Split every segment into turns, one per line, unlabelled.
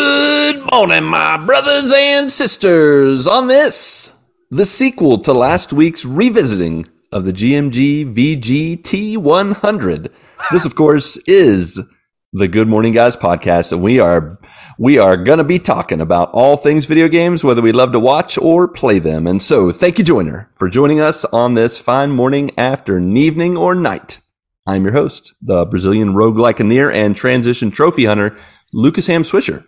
Good morning, my brothers and sisters, on this, the sequel to last week's revisiting of the GMG VGT 100. This, of course, is the Good Morning Guys podcast, and we are we are going to be talking about all things video games, whether we love to watch or play them. And so, thank you, Joiner, for joining us on this fine morning, afternoon, evening, or night. I'm your host, the Brazilian rogue lycaneer and transition trophy hunter, Lucas Ham Swisher.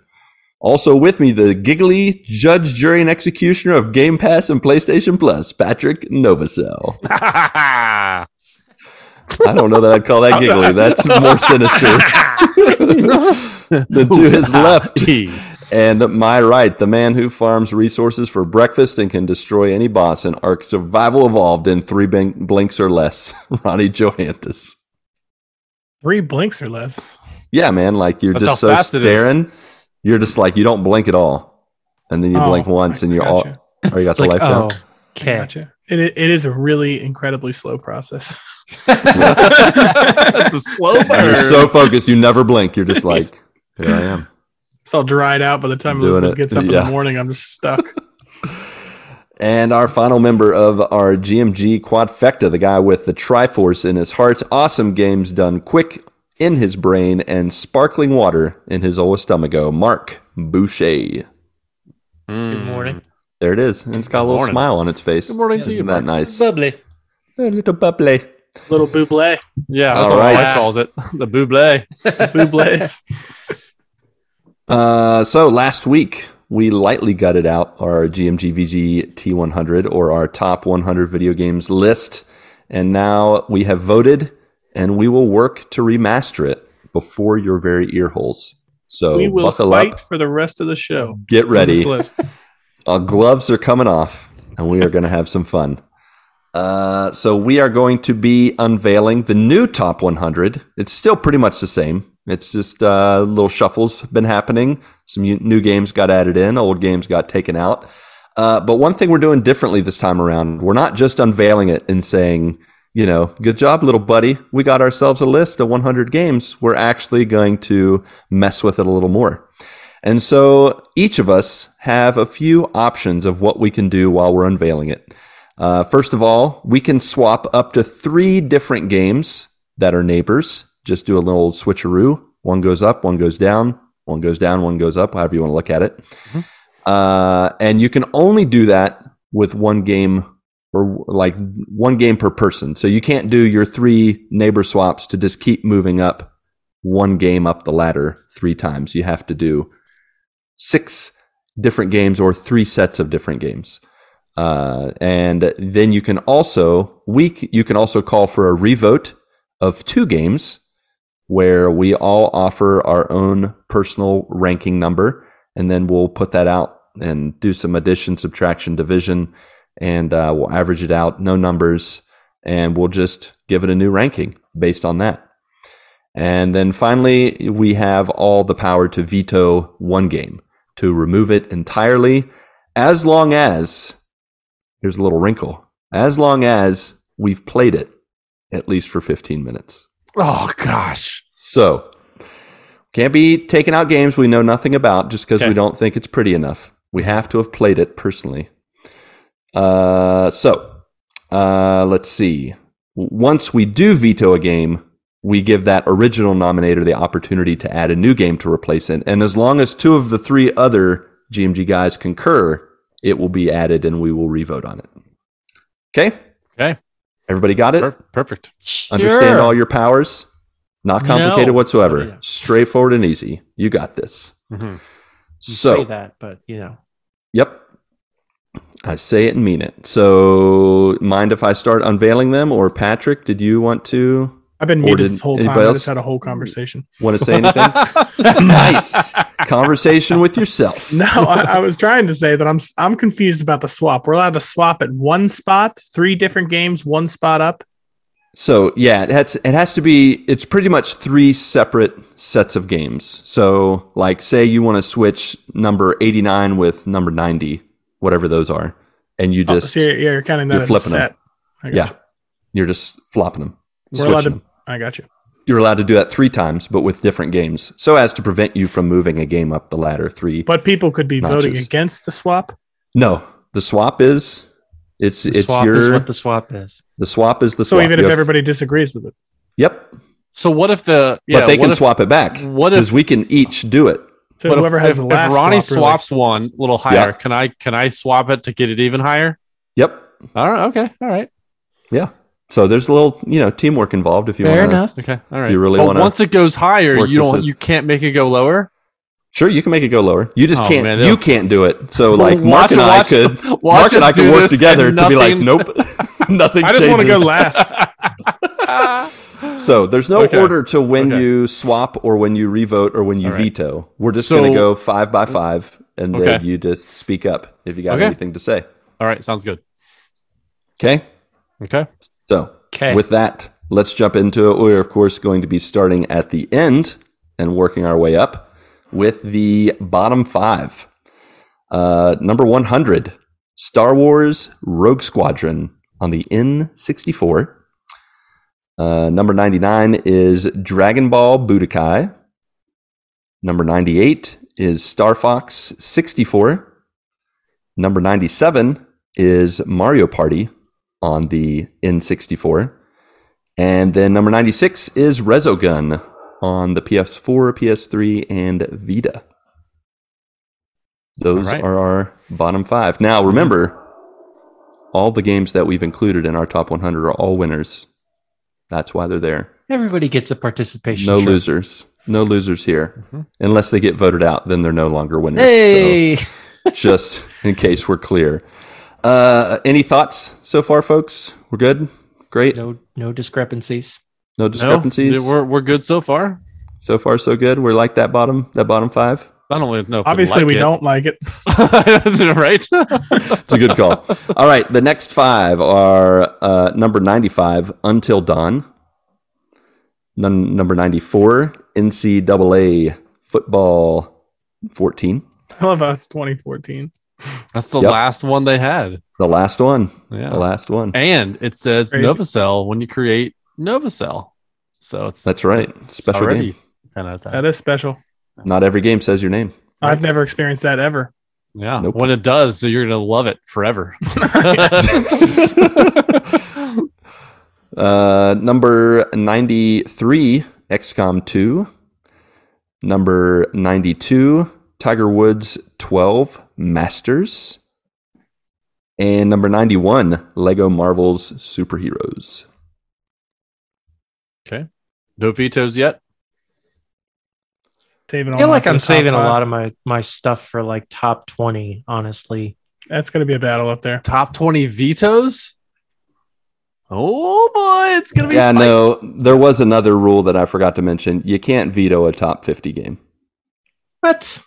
Also with me, the giggly judge, jury, and executioner of Game Pass and PlayStation Plus, Patrick Novacell. I don't know that I'd call that giggly. That's more sinister. the to his left and my right, the man who farms resources for breakfast and can destroy any boss in Ark Survival Evolved in three blink- blinks or less, Ronnie Johantis.
Three blinks or less.
Yeah, man. Like you're
That's
just
how
so
fast it is.
staring. You're just like you don't blink at all, and then you
Oh,
blink once,
I
and you're
gotcha.
all. Or you got
It's
the
like,
life down.
oh, okay.
Gotcha. It, it is a really incredibly slow process.
That's a slow
And
burn.
You're so focused, you never blink. You're just like, here I am.
It's all dried out by the time
Doing
Elizabeth
it.
gets up in
Yeah.
the morning. I'm just stuck.
And our final member of our GMG Quadfecta, the guy with the Triforce in his heart, awesome games done quick in his brain and sparkling water in his old stomacho, Mark Boucher.
Good
morning.
There it is. And it's got a little
Morning.
smile on its face.
Good morning to you.
Isn't that nice?
Bubbly.
A little bubbly.
Little buble.
Yeah,
All
that's what
right.
Mike calls it. The buble.
Bubles.
Uh, so last week we lightly gutted out our GMG VG T100 or our top 100 video games list, and now we have voted, and we will work to remaster it before your very ear holes. So
we will
buckle
fight
up,
for the rest of the show. on
get ready.
This list.
Our Uh, gloves are coming off, and we are going to have some fun. Uh, so we are going to be unveiling the new top 100. It's still pretty much the same. It's just uh, little shuffles been happening. Some u- new games got added in, old games got taken out. Uh, but one thing we're doing differently this time around, we're not just unveiling it and saying, you know, good job, little buddy. We got ourselves a list of 100 games. We're actually going to mess with it a little more. And so each of us have a few options of what we can do while we're unveiling it. Uh, first of all, we can swap up to three different games that are neighbors. Just do a little switcheroo. One goes up, one goes down, one goes down, one goes up, however you want to look at it. Uh, and you can only do that with one game or like one game per person. So you can't do your three neighbor swaps to just keep moving up one game up the ladder three times. You have to do six different games or three sets of different games. Uh, and then you can also we c- you can also call for a revote of two games where we all offer our own personal ranking number and then we'll put that out and do some addition subtraction division and uh, we'll average it out no numbers and we'll just give it a new ranking based on that and then finally, we have all the power to veto one game, to remove it entirely, as long as, here's a little wrinkle, as long as we've played it at least for 15 minutes.
Oh, gosh.
So, can't be taking out games we know nothing about just because we
Okay.
don't think it's pretty enough. We have to have played it personally. Uh, so, uh, let's see. W- Once we do veto a game, we give that original nominator the opportunity to add a new game to replace it. And as long as two of the three other GMG guys concur, it will be added and we will revote on it. Okay?
Okay.
Everybody got it?
Per- perfect.
Understand
Sure.
all your powers. Not complicated
No.
whatsoever.
Oh, yeah.
Straightforward and easy. You got this.
Mm-hmm. say
So,
that, but you know,
yep. I say it and mean it. So, mind if I start unveiling them or Patrick, did you want to
I've been
Or
muted
did
this whole
anybody
time. I
else?
just had a whole conversation.
want to say anything? nice. Conversation with yourself.
No, I, I was trying to say that I'm s- I'm confused about the swap. We're allowed to swap at one spot, three different games, one spot up.
So yeah, it has it has to be. It's pretty much three separate sets of games. So like, say you want to switch number eighty nine with number ninety, whatever those are, and you
Oh,
just
so you're, you're counting that
you're
as
flipping
a
'em.
set. I got
yeah, you're just flopping them,
We're allowed
switching them.
to- you. I got you.
You're allowed to do that three times, but with different games, so as to prevent you from moving a game up the ladder three.
But people could be voting
Notches.
against the swap.
No, the swap is it's
The
it's
swap
your
is what
the,
the swap is.
swap is the
So
swap.
even
You
if
have-
everybody disagrees with it,
yep,
So what if the yeah?
but they
what
can
if,
swap it back
What
because
if
we can each do it.
so
but if-
whoever has
if,
the
if
last
Ronnie
swap, really-
swaps one a little higher?
Yeah.
Can I can I swap it to get it even higher?
Yep.
All right. Okay. All right.
So there's a little you know teamwork involved if you
Fair
want.
enough.
Okay. All right.
you really
But
wanna
once it goes higher,
work
you
this
don't.
in-
You can't make it go lower.
Sure, you can make it go lower. You just
Oh,
can't.
man, they'll-
you can't do it. So like Mark
Watch-
and I
watch-
could.
watch
Mark and
us
I could
do
work
this
together
and
to be like,
nothing-
nope, nothing.
I just want to go
changes.
last.
So there's no
Okay.
order to when
Okay.
you swap or when you revote or when you
All right.
veto. We're just
So-
going to go five by five, and then
Okay.
you just speak up if you got
Okay.
anything to say.
All right. Sounds good.
Okay.
Okay.
So
Okay.
with that, let's jump into it. We're of course going to be starting at the end and working our way up with the bottom five. Uh, number one hundred, Star Wars Rogue Squadron on the N sixty four. Uh, number 99 is Dragon Ball Budokai. Number 98 is Star Fox 64. Number 97 is Mario Party on the N64. And then number 96 is Resogun on the PS4, PS3, and Vita. Those
All right.
are our bottom five. Now, remember, all the games that we've included in our top 100 are all winners. That's why they're there.
Everybody gets a participation.
No
trophy.
losers. No losers here.
Mhm.
Unless they get voted out, then they're no longer winners.
Hey.
So just in case we're clear. Uh, any thoughts so far, folks? We're good? Great? No,
No no discrepancies.
discrepancies?
No, we're we're good so far.
so far, so good? We're like that bottom, that bottom five?
I don't really know. If we
Obviously,
like
we
it.
don't like it.
right?
It's a good call. All right. The next five are uh, number 95, Until Dawn. Nun- number 94, NCAA Football 14.
I love how it's 2014.
That's the
Yep.
last one they had.
The last one.
Yeah.
The last one.
And it says
Crazy.
Novacell when you create Novacell. So it's
That's right. Special
already
game.
10 out of 10.
That is special.
Not every game says your name.
I've never experienced that ever.
Yeah.
Nope.
When it does, you're going to love it forever.
Uh, number 93, XCOM 2. Number 92, Tiger Woods 12, Masters. And number 91, Lego Marvel's Superheroes.
no vetoes yet.
Saving
I
all
feel
mine
like
for
I'm
the top
saving a
five.
lot of my my stuff for like top twenty. Honestly,
That's going to be a battle up there.
Top 20 vetoes. Oh boy, it's going to be
Yeah,
fight.
no, there was another rule that I forgot to mention. You can't veto a top 50 game.
what?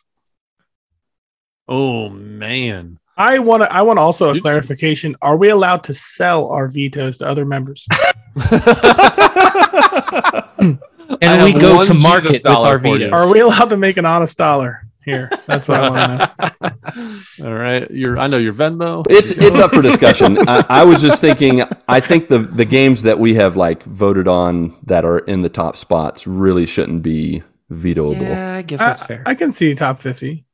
Oh man.
I want to. I want also a
You-
clarification. Are we allowed to sell our vetoes to other members?
I
And we
have
go
one
to
Jesus
market with
dollar
our
for you.
vetoes.
Are we allowed to make an honest dollar here? That's what I want to know.
All right, your I know your Venmo.
It's it's up for discussion. I, I was just thinking. I think the the games that we have like voted on that are in the top spots really shouldn't be vetoable.
Yeah, I guess that's
I,
fair.
I can see top fifty.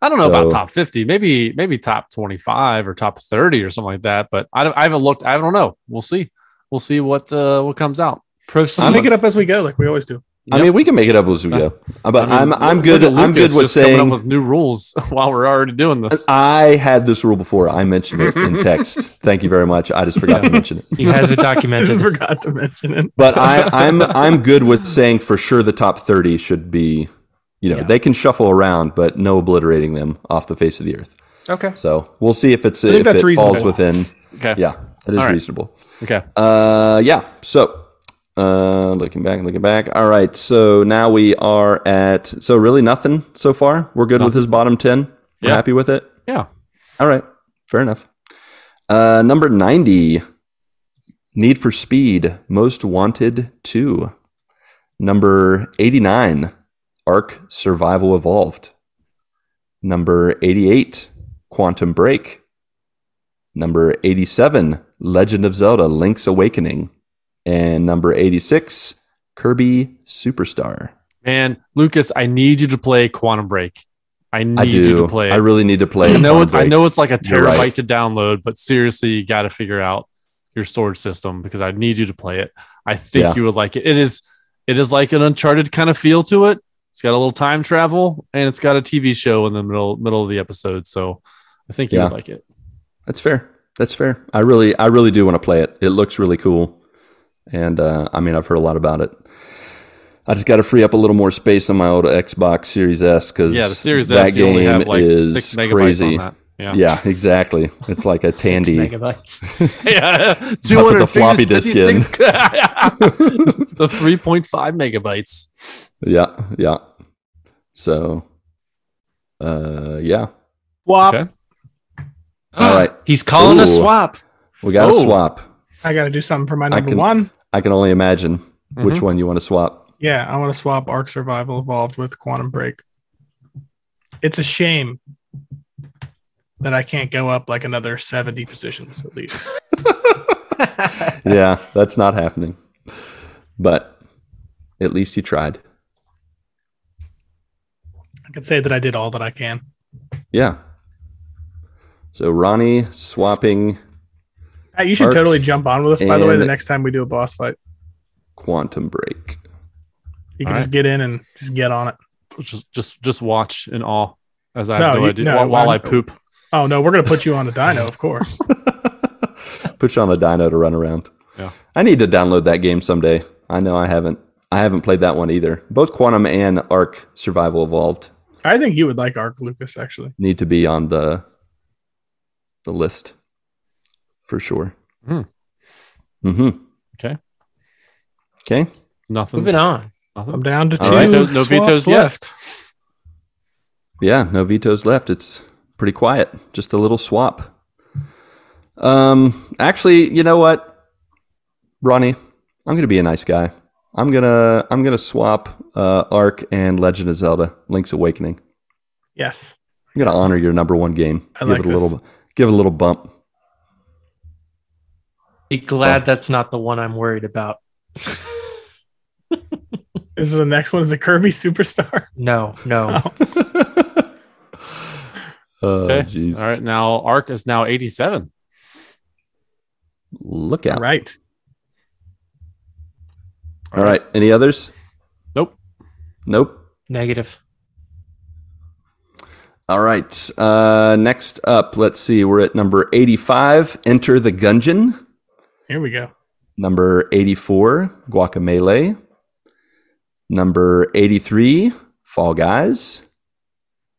I don't know
So-
about top 50, maybe maybe top 25 or top 30 or something like that, but I, don't- I haven't looked. I don't know. We'll see. We'll see what uh, what comes out.
We'll
Proceed.
make it up as we go, like we always do.
I mean, we can make it up as we go. But I
Uh, I mean,
am I'm
look
good.
at
I'm
Lucas
good with
just coming
saying.
up with new rules while we're already doing this.
I had this rule before. I mentioned it in text. Thank you very much. I just forgot to mention it.
He has it
I just
documented.
forgot to mention it.
But I, I'm I'm good with saying for sure the top 30 should be, you know,
Yeah.
they can shuffle around, but no obliterating them off the face of the earth.
okay.
So we'll see if it's
I think
if
that's
it falls
reasonable.
within.
Okay.
Yeah, that is
All right.
reasonable.
Okay.
Uh, yeah. So, uh, looking back, looking back. All right. So now we are at. So really nothing so far. We're good with his bottom ten. We're
Yeah.
happy with it.
Yeah.
All right. Fair enough. Uh, number ninety. Need for Speed Most Wanted Two. Number eighty nine. Arc Survival Evolved. Number eighty eight. Quantum Break. Number 87, Legend of Zelda Link's Awakening. And number 86, Kirby Superstar.
Man, Lucas, I need you to play Quantum Break. I need
I
you to
do.
play.
I
it.
really need to play.
I know
Quantum
it's, I
Break.
know it's like a
You're
terabyte
right.
to download, but seriously, you got to figure out your storage system because I need you to play it. I think
Yeah.
you would like it. It is it is like an uncharted kind of feel to it. It's got a little time travel and it's got a TV show in the middle middle of the episode, so I think you
Yeah.
would like it.
That's fair. That's fair. I really, I really do want to play it. It looks really cool, and uh, I mean, I've heard a lot about it. I just got to free up a little more space on my old Xbox Series S because
Yeah, the Series
that
S you
game
only have like
is
6 megabytes
crazy.
on that. Yeah.
Yeah, exactly. It's like a
Six
tandy.
megabytes.
yeah.
Not put the floppy disk in.
256 the 3.5 megabytes.
Yeah, yeah. So, uh, yeah.
Swap.
Okay.
All right,
He's calling a
Ooh.
swap.
we got to
Oh.
swap.
I got to do something for my number
can-
one.
I can only imagine which
Mhm.
one you want to swap.
Yeah, I want to swap Ark Survival Evolved with Quantum Break. It's a shame that I can't go up like another 70 positions at least.
yeah, that's not happening. But at least you tried.
I can say that I did all that I can.
Yeah. So Ronnie swapping
Uh, You should
Ark
totally jump on with us, by the way, the
and-
next time we do a boss fight.
quantum break.
You can
All
just get in and just get on it.
just just just watch in awe as I
No,
have no,
you-
idea
no,
while, while I
I'm-
poop.
Oh, no, we're going to put you on the dino, of course.
Push on a dino to run around.
Yeah.
I need to download that game someday. I know I haven't. I haven't played that one either. Both Quantum and Arc Survival Evolved
I think you would like Ark Lucas, actually.
need to be on the the list for sure.
Hmm.
hmm
Okay.
Okay.
Nothing.
Moving on.
I'm
Nothing.
down to two
All right.
No- no
swaps
vetoes yet.
left.
Yeah, no vetoes left. It's pretty quiet. Just a little swap. Um, actually, you know what, Ronnie, I'm gonna be a nice guy. I'm gonna I'm gonna swap uh, Ark and Legend of Zelda: Link's Awakening.
Yes.
I'm gonna honor your number one game.
I
give
like
it a
this.
little give it a little bump.
Be
Oh.
glad that's not the one I'm worried about.
Is the next one is the Kirby Superstar?
No, no.
Oh,
Okay.
jeez,
All right, now Arc is now 87.
look out!
Right.
All right, any others?
Nope.
Nope.
Negative.
All right. Uh, next up, let's see. We're at number 85, Enter the Gungeon.
Here we go.
Number 84, Guacamele. Number 83, Fall Guys.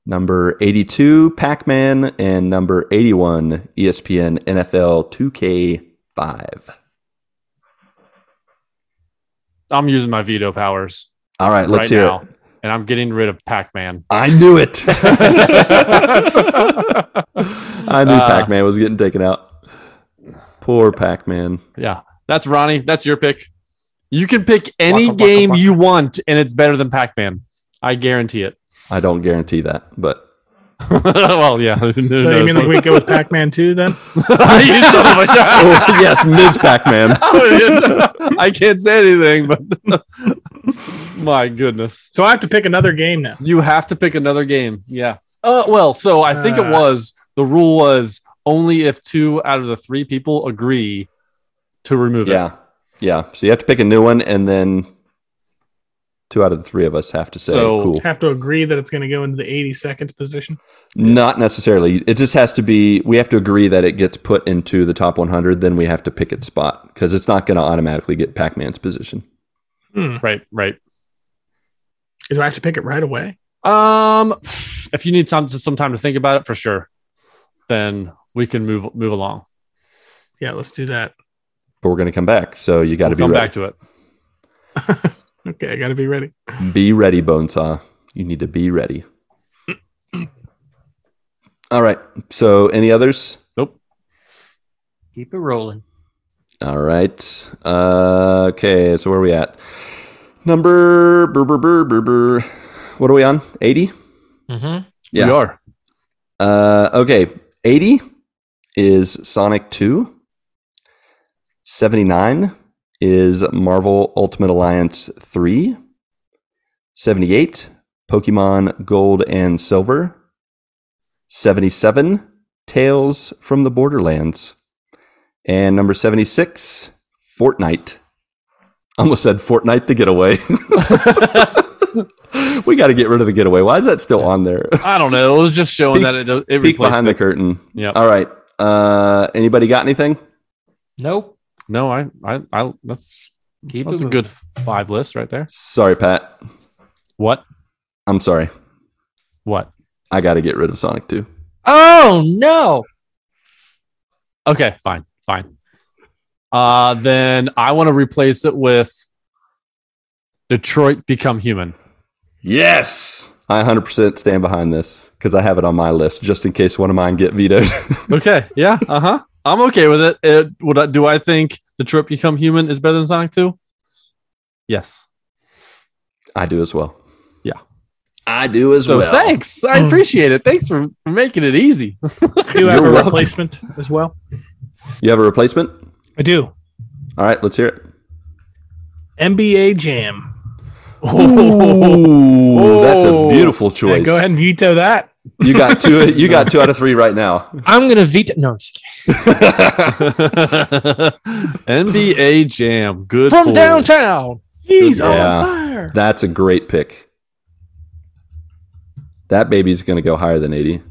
Number 82, Pac Man. And number E 81, ESPN NFL 2K5.
I'm using my veto powers
All right, let's
right
hear
now,
it.
and I'm getting rid of Pac Man.
I knew it. I
I
knew Pac Man was getting taken out. Poor Pac Man.
Yeah, that's Ronnie. That's your pick. You can pick any
Waka, waka,
game
waka.
you want, and it's better than Pac Man. I guarantee it.
I don't guarantee that, but
well, yeah. Who
So you
knows
mean
what-
we go with Pac-Man 2 then?
You son of a-
oh, yes, Ms. Pac-Man.
I can't say anything, but my goodness.
So I have to pick another game now.
You have to pick another game. Yeah. Uh, well, so I think it
Uh.
was the rule was only if two out of the three people agree to remove it.
Yeah, yeah. So you have to pick a new one, and then two out of the three of us have to say
So-
cool.
Have to agree that it's going to go into the 82nd position.
Not necessarily. It just has to be. We have to agree that it gets put into the top 100. Then we have to pick its spot because it's not going to automatically get Pac-Man's position.
Hmm.
Right. Right.
Do I have to pick it right away?
Um, if you need some some time to think about it for sure, then we can move move along.
Yeah, let's do that.
But we're going to come back, so you got to
We'll come
be
back
ready.
to it.
Okay, I got to be ready.
Be ready, Bonesaw. You need to be ready. All right. So any others?
Keep it rolling.
All right. Uh, okay, so where are we at? Number. Bur, bur, bur, bur, bur. What are we on? 80?
Mm-hmm.
Yeah.
We are.
Uh, okay, 80 is Sonic 2. 79 is Marvel Ultimate Alliance 3. 78, Pokemon Gold and Silver. 77, Tales from the Borderlands. And number 76, Fortnite. Almost said Fortnite the Getaway. we got to get rid of the getaway. Why is that still on there?
I don't know. It was just showing
Peek-
that it it
Peek
replaced
behind the
it.
curtain.
Yeah.
All right. Uh, anybody got anything?
Nope.
No, I, I, I. That's
Keep
that's
it
a good five list right there.
Sorry, Pat.
What?
I'm sorry.
What?
I got to get rid of Sonic 2.
Oh no.
Okay, fine, fine. Uh, then I want to replace it with Detroit Become Human.
Yes. I 100% stand behind this because I have it on my list just in case one of mine get vetoed.
Okay, yeah, uh huh. I'm okay with it. it would I, do I think Detroit Become Human is better than Sonic Two? Yes.
I do as well.
Yeah.
I do as
So
well.
thanks, I appreciate it. Thanks for, for making it easy.
Do you have
You're
a
welcome.
replacement as well?
You have a replacement?
I do.
All right, let's hear it.
NBA Jam.
Ooh, that's a beautiful
Yeah,
choice.
go ahead and veto that.
You got two. You got two out of three right now.
I'm gonna veto. No, I'm just kidding.
NBA Jam, good
from
pull.
downtown.
He's
Yeah.
on fire.
That's a great pick. That baby's going to go higher than 80.
All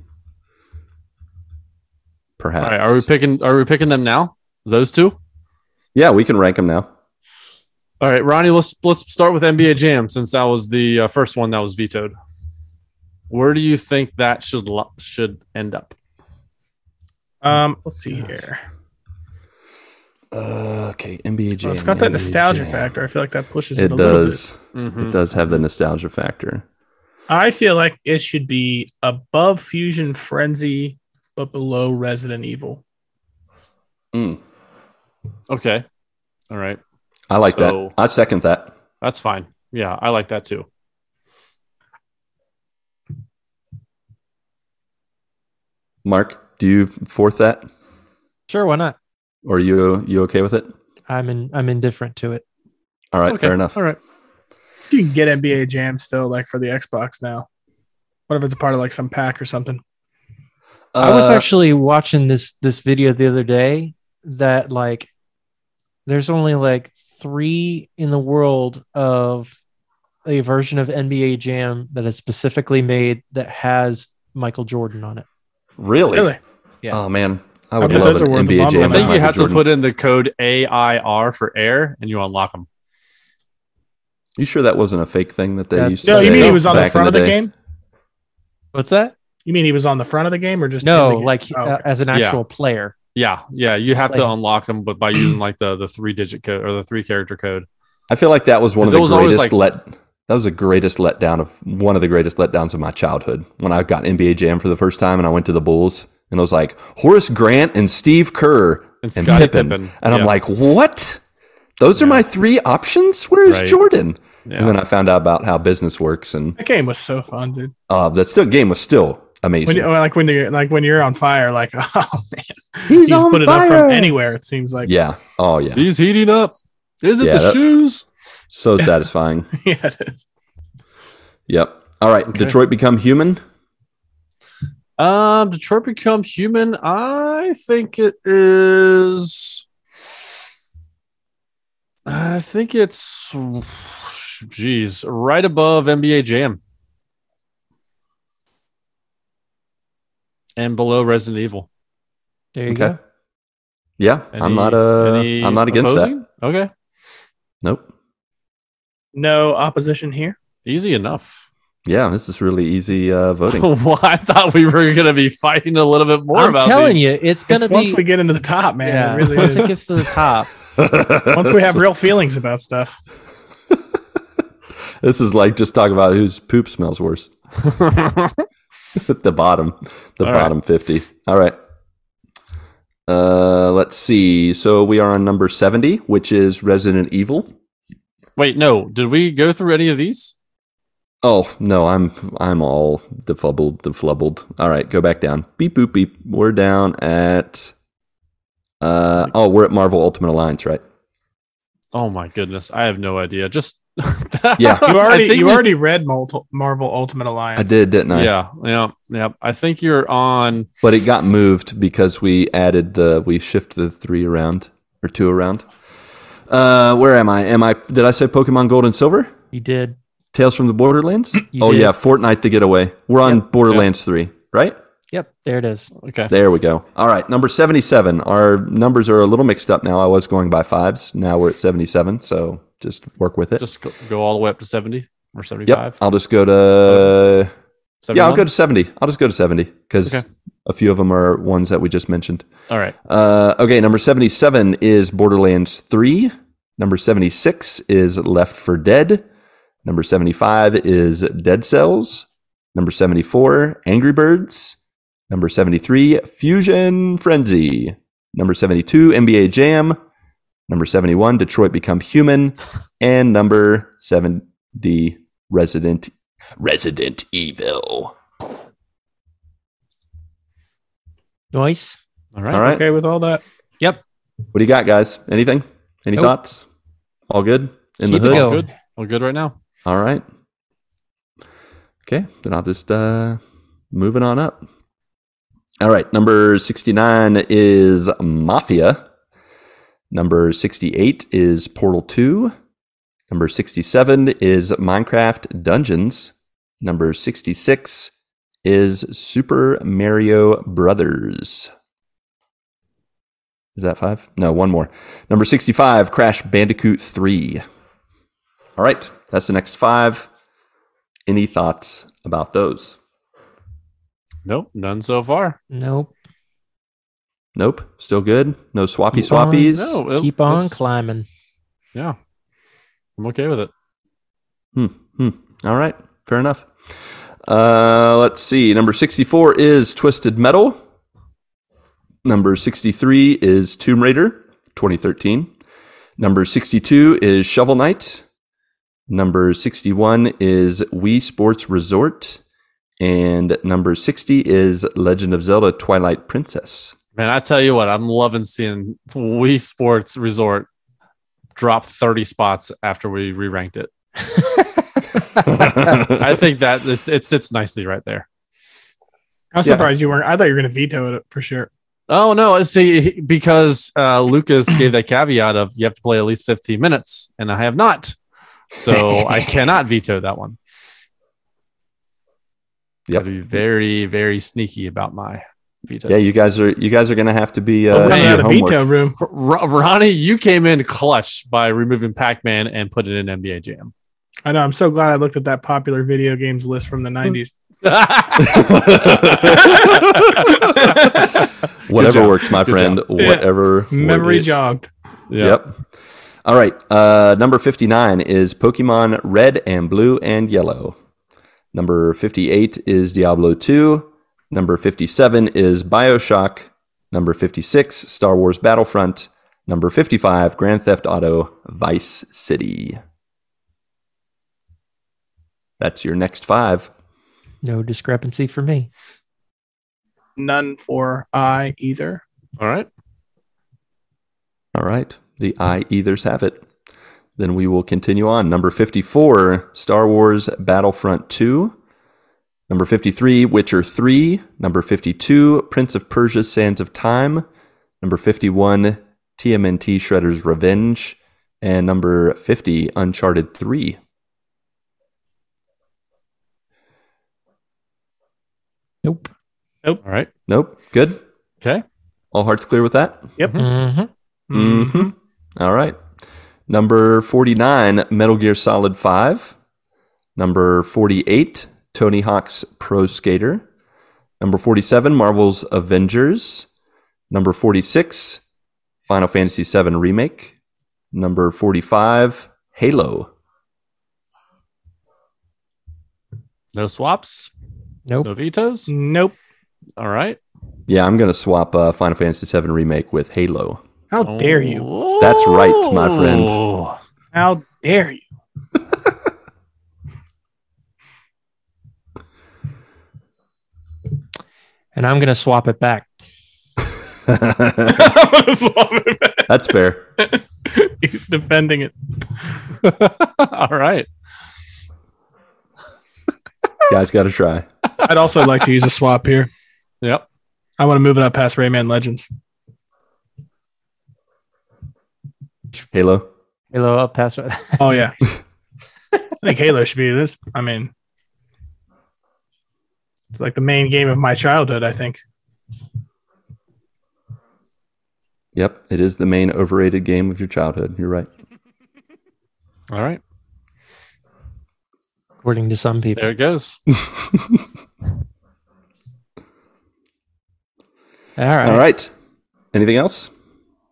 Perhaps.
right, are we picking? Are we picking them now? Those two.
yeah, we can rank them now.
All right, Ronnie. Let's let's start with NBA Jam since that was the uh, first one that was vetoed. Where do you think that should lo- should end up?
Um, let's see here.
Uh, okay, NBA Jam.
Well, Oh, it's got that
NBA
nostalgia
Jam.
factor. I feel like that pushes it,
It
a little bit.
does.
Mm-hmm.
It does have the nostalgia factor.
I feel like it should be above Fusion Frenzy, but below Resident Evil.
Mm,
Okay. All right,
I like
So-
that. I second that.
that's fine. Yeah, I like that too.
Mark, do you fourth that,
Sure, why not?
or you you okay with it?
I'm in. I'm indifferent to it.
All right,
Okay,
fair enough.
All right.
You can get NBA Jam still, like for the Xbox now. What if it's a part of like some pack or something?
I was
Uh,
actually watching this this video the other day that like there's only like three in the world of a version of NBA Jam that is specifically made that has Michael Jordan on it.
really.
Really?
Yeah.
Oh man, I would
bet
love
those
an
are worth a
NBA
bundle.
Jam. with
I
Am
think you
Michael
have to
Jordan.
put in the code AIR for air, and you unlock them.
You sure that wasn't a fake thing that they
That's-
used to
No,
say
you mean he was on the
back in
front of the
day?
game?
What's that?
You mean he was on the front of the game or just in the
No,
game?
like
Oh,
uh,
okay.
as an
Yeah.
actual player.
Yeah, yeah. You have to
Like-
unlock them, but by using like the the three digit code or the three character code.
I feel like that was one of
Because it
the
was always
greatest
like-
let. That was the greatest letdown of one of the greatest letdowns of my childhood when I got NBA Jam for the first time and I went to the Bulls and I was like Horace Grant and Steve Kerr
And
and
Scottie
Pippen.
Pippen.
and
Yeah.
I'm like, what? Those are
Yeah.
my three options. Where is
Right.
Jordan?
Yeah.
And then I found out about how business works, and
that game was so fun, dude.
uh, that still game was still
When
amazing.
oh,
you, oh, like when you're like when you're on fire, like oh man,
He's
you just
on
put it up
fire.
from anywhere. It seems like
yeah. Oh yeah.
He's heating up. Is it
Yeah,
the
that-
shoes?
So satisfying.
yeah, it is.
Yep. All right.
Okay.
Detroit become human.
Um, Detroit Become Human. I think it is. I think it's, geez, right above NBA Jam, and below Resident Evil.
There you go.
Yeah, I'm not uh,
any
I'm not against that.
opposing? Okay,
Nope.
No opposition here.
easy enough.
Yeah, this is really easy uh, voting.
well, I thought we were going to be fighting a little bit more.
I'm
about
telling
these.
you, it's gonna
It's
be
once we get into the top, man.
yeah,
It really
once
is.
it gets to the top.
once we have real feelings about stuff.
this is like just talk about whose poop smells worse. the bottom, the
All right.
bottom fifty. All right. Uh, let's see. So we are on number seventy, which is Resident Evil.
Wait, no. Did we go through any of these?
Oh no, I'm I'm all defubbled, deflubbled. All right, go back down. Beep boop beep. We're down at. Uh oh, we're at Marvel Ultimate Alliance, right?
Oh my goodness, I have no idea. Just
Yeah.
You already
I think
you
we-
already read Mul- Marvel Ultimate Alliance.
I did, didn't I?
Yeah, yeah, yeah. I think you're on.
But it got moved because we added the we shifted the three around or two around. Uh, where am I? Am I? Did I say Pokemon Gold and Silver?
You did.
Tales from the Borderlands.
You
oh
did.
yeah, Fortnite: The Getaway. We're on Borderlands three, right?
Yep. There it is.
Okay.
There we go. All right, number seventy-seven. Our numbers are a little mixed up now. I was going by fives. Now we're at seventy-seven. So just work with it.
Just go, go all the way up to 70 or
yep. uh,
75.
I'll just go to. Yeah, I'll
71?
go to seventy. I'll just go to seventy because
Okay.
a few of them are ones that we just mentioned.
All right.
Uh, okay, number 77 is Borderlands 3. Number 76 is Left for Dead. Number 75 is Dead Cells. Number 74, Angry Birds. Number 73, Fusion Frenzy. Number 72, NBA Jam. Number 71, Detroit Become Human. And number 70, Resident Resident Evil.
Nice.
All
All
right.
right.
Okay with all that.
What do you got, guys? Anything? Any
Nope.
thoughts? All good in
Keep
the hood.
it
All
going.
good. All good right now.
All right. Okay, then I'll just uh, moving on up. All right, number sixty-nine is Mafia. Number sixty-eight is Portal Two. Number sixty-seven is Minecraft Dungeons. Number sixty-six is Super Mario Brothers. Is that five? No, one more. Number 65, Crash Bandicoot 3. All right, that's the next five. Any thoughts about those?
Nope. None so far.
Nope.
Nope, still good. No swappy
Keep on.
swappies.
No. it-
Keep on
it's-
climbing.
Yeah. I'm okay with it.
Hmm, hmm. All right, fair enough. Uh, let's see. Number 64 is Twisted Metal. Number 63 is Tomb Raider 2013. Number 62 is Shovel Knight. Number 61 is Wii Sports Resort. And number 60 is Legend of Zelda Twilight Princess.
Man, I tell you what, I'm loving seeing Wii Sports Resort drop 30 spots after we re ranked it. I think that it's, it sits nicely right there.
I'm
Yeah.
surprised you weren't. I thought you were going to veto it for sure.
Oh no! See, he- because uh, Lucas gave that caveat of you have to play at least 15 minutes, and I have not, so I cannot veto that one.
Yep.
Gotta be very, very sneaky about my vetoes.
yeah, you guys are you guys are going to have to be
Oh,
uh,
we're
do
Coming
man.
your
out of
homework.
veto room.
R- Ro- Ronnie, you came in clutch by removing Pac-Man and put it in NBA Jam.
I know. I'm so glad I looked at that popular video games list from the
Hmm.
90s.
Whatever
job.
works, my
Good
friend.
job.
Yeah.
Whatever
Memory
works.
jogged.
yeah.
Yep. All right. Uh, number 59 is Pokemon Red and Blue and Yellow. Number 58 is Diablo 2. Number 57 is Bioshock. Number 56, Star Wars Battlefront. Number 55, Grand Theft Auto Vice City. That's your next five.
no discrepancy for me.
None for I either.
All right.
All right. The I eithers have it. Then we will continue on. Number 54, Star Wars Battlefront 2. Number 53, Witcher 3. Number 52, Prince of Persia Sands of Time. Number 51, TMNT Shredder's Revenge. And number 50, Uncharted 3.
Nope.
All right.
Nope. Good.
Okay.
All hearts clear with that?
Mhm.
Mm-hmm.
hmm All right. Number 49, Metal Gear Solid 5. Number 48, Tony Hawk's Pro Skater. Number 47, Marvel's Avengers. Number 46, Final Fantasy VII Remake. Number 45, Halo.
No swaps.
Nope.
No vetoes.
Nope.
All right.
Yeah, I'm going to swap uh, Final Fantasy VII Remake with Halo.
How dare you?
That's right, my friend.
Oh.
How dare you?
And I'm gonna swap it back.
That's fair.
He's defending it.
All right.
Guys, got to try.
I'd also like to use a swap here.
Yep.
I want to move it up past Rayman Legends.
Halo.
Halo up past. I
Oh yeah. I think Halo should be this. I mean, it's like the main game of my childhood. I think.
Yep, it is the main overrated game of your childhood. You're right.
All right.
according to some people.
There it goes.
All right.
All right. Anything else?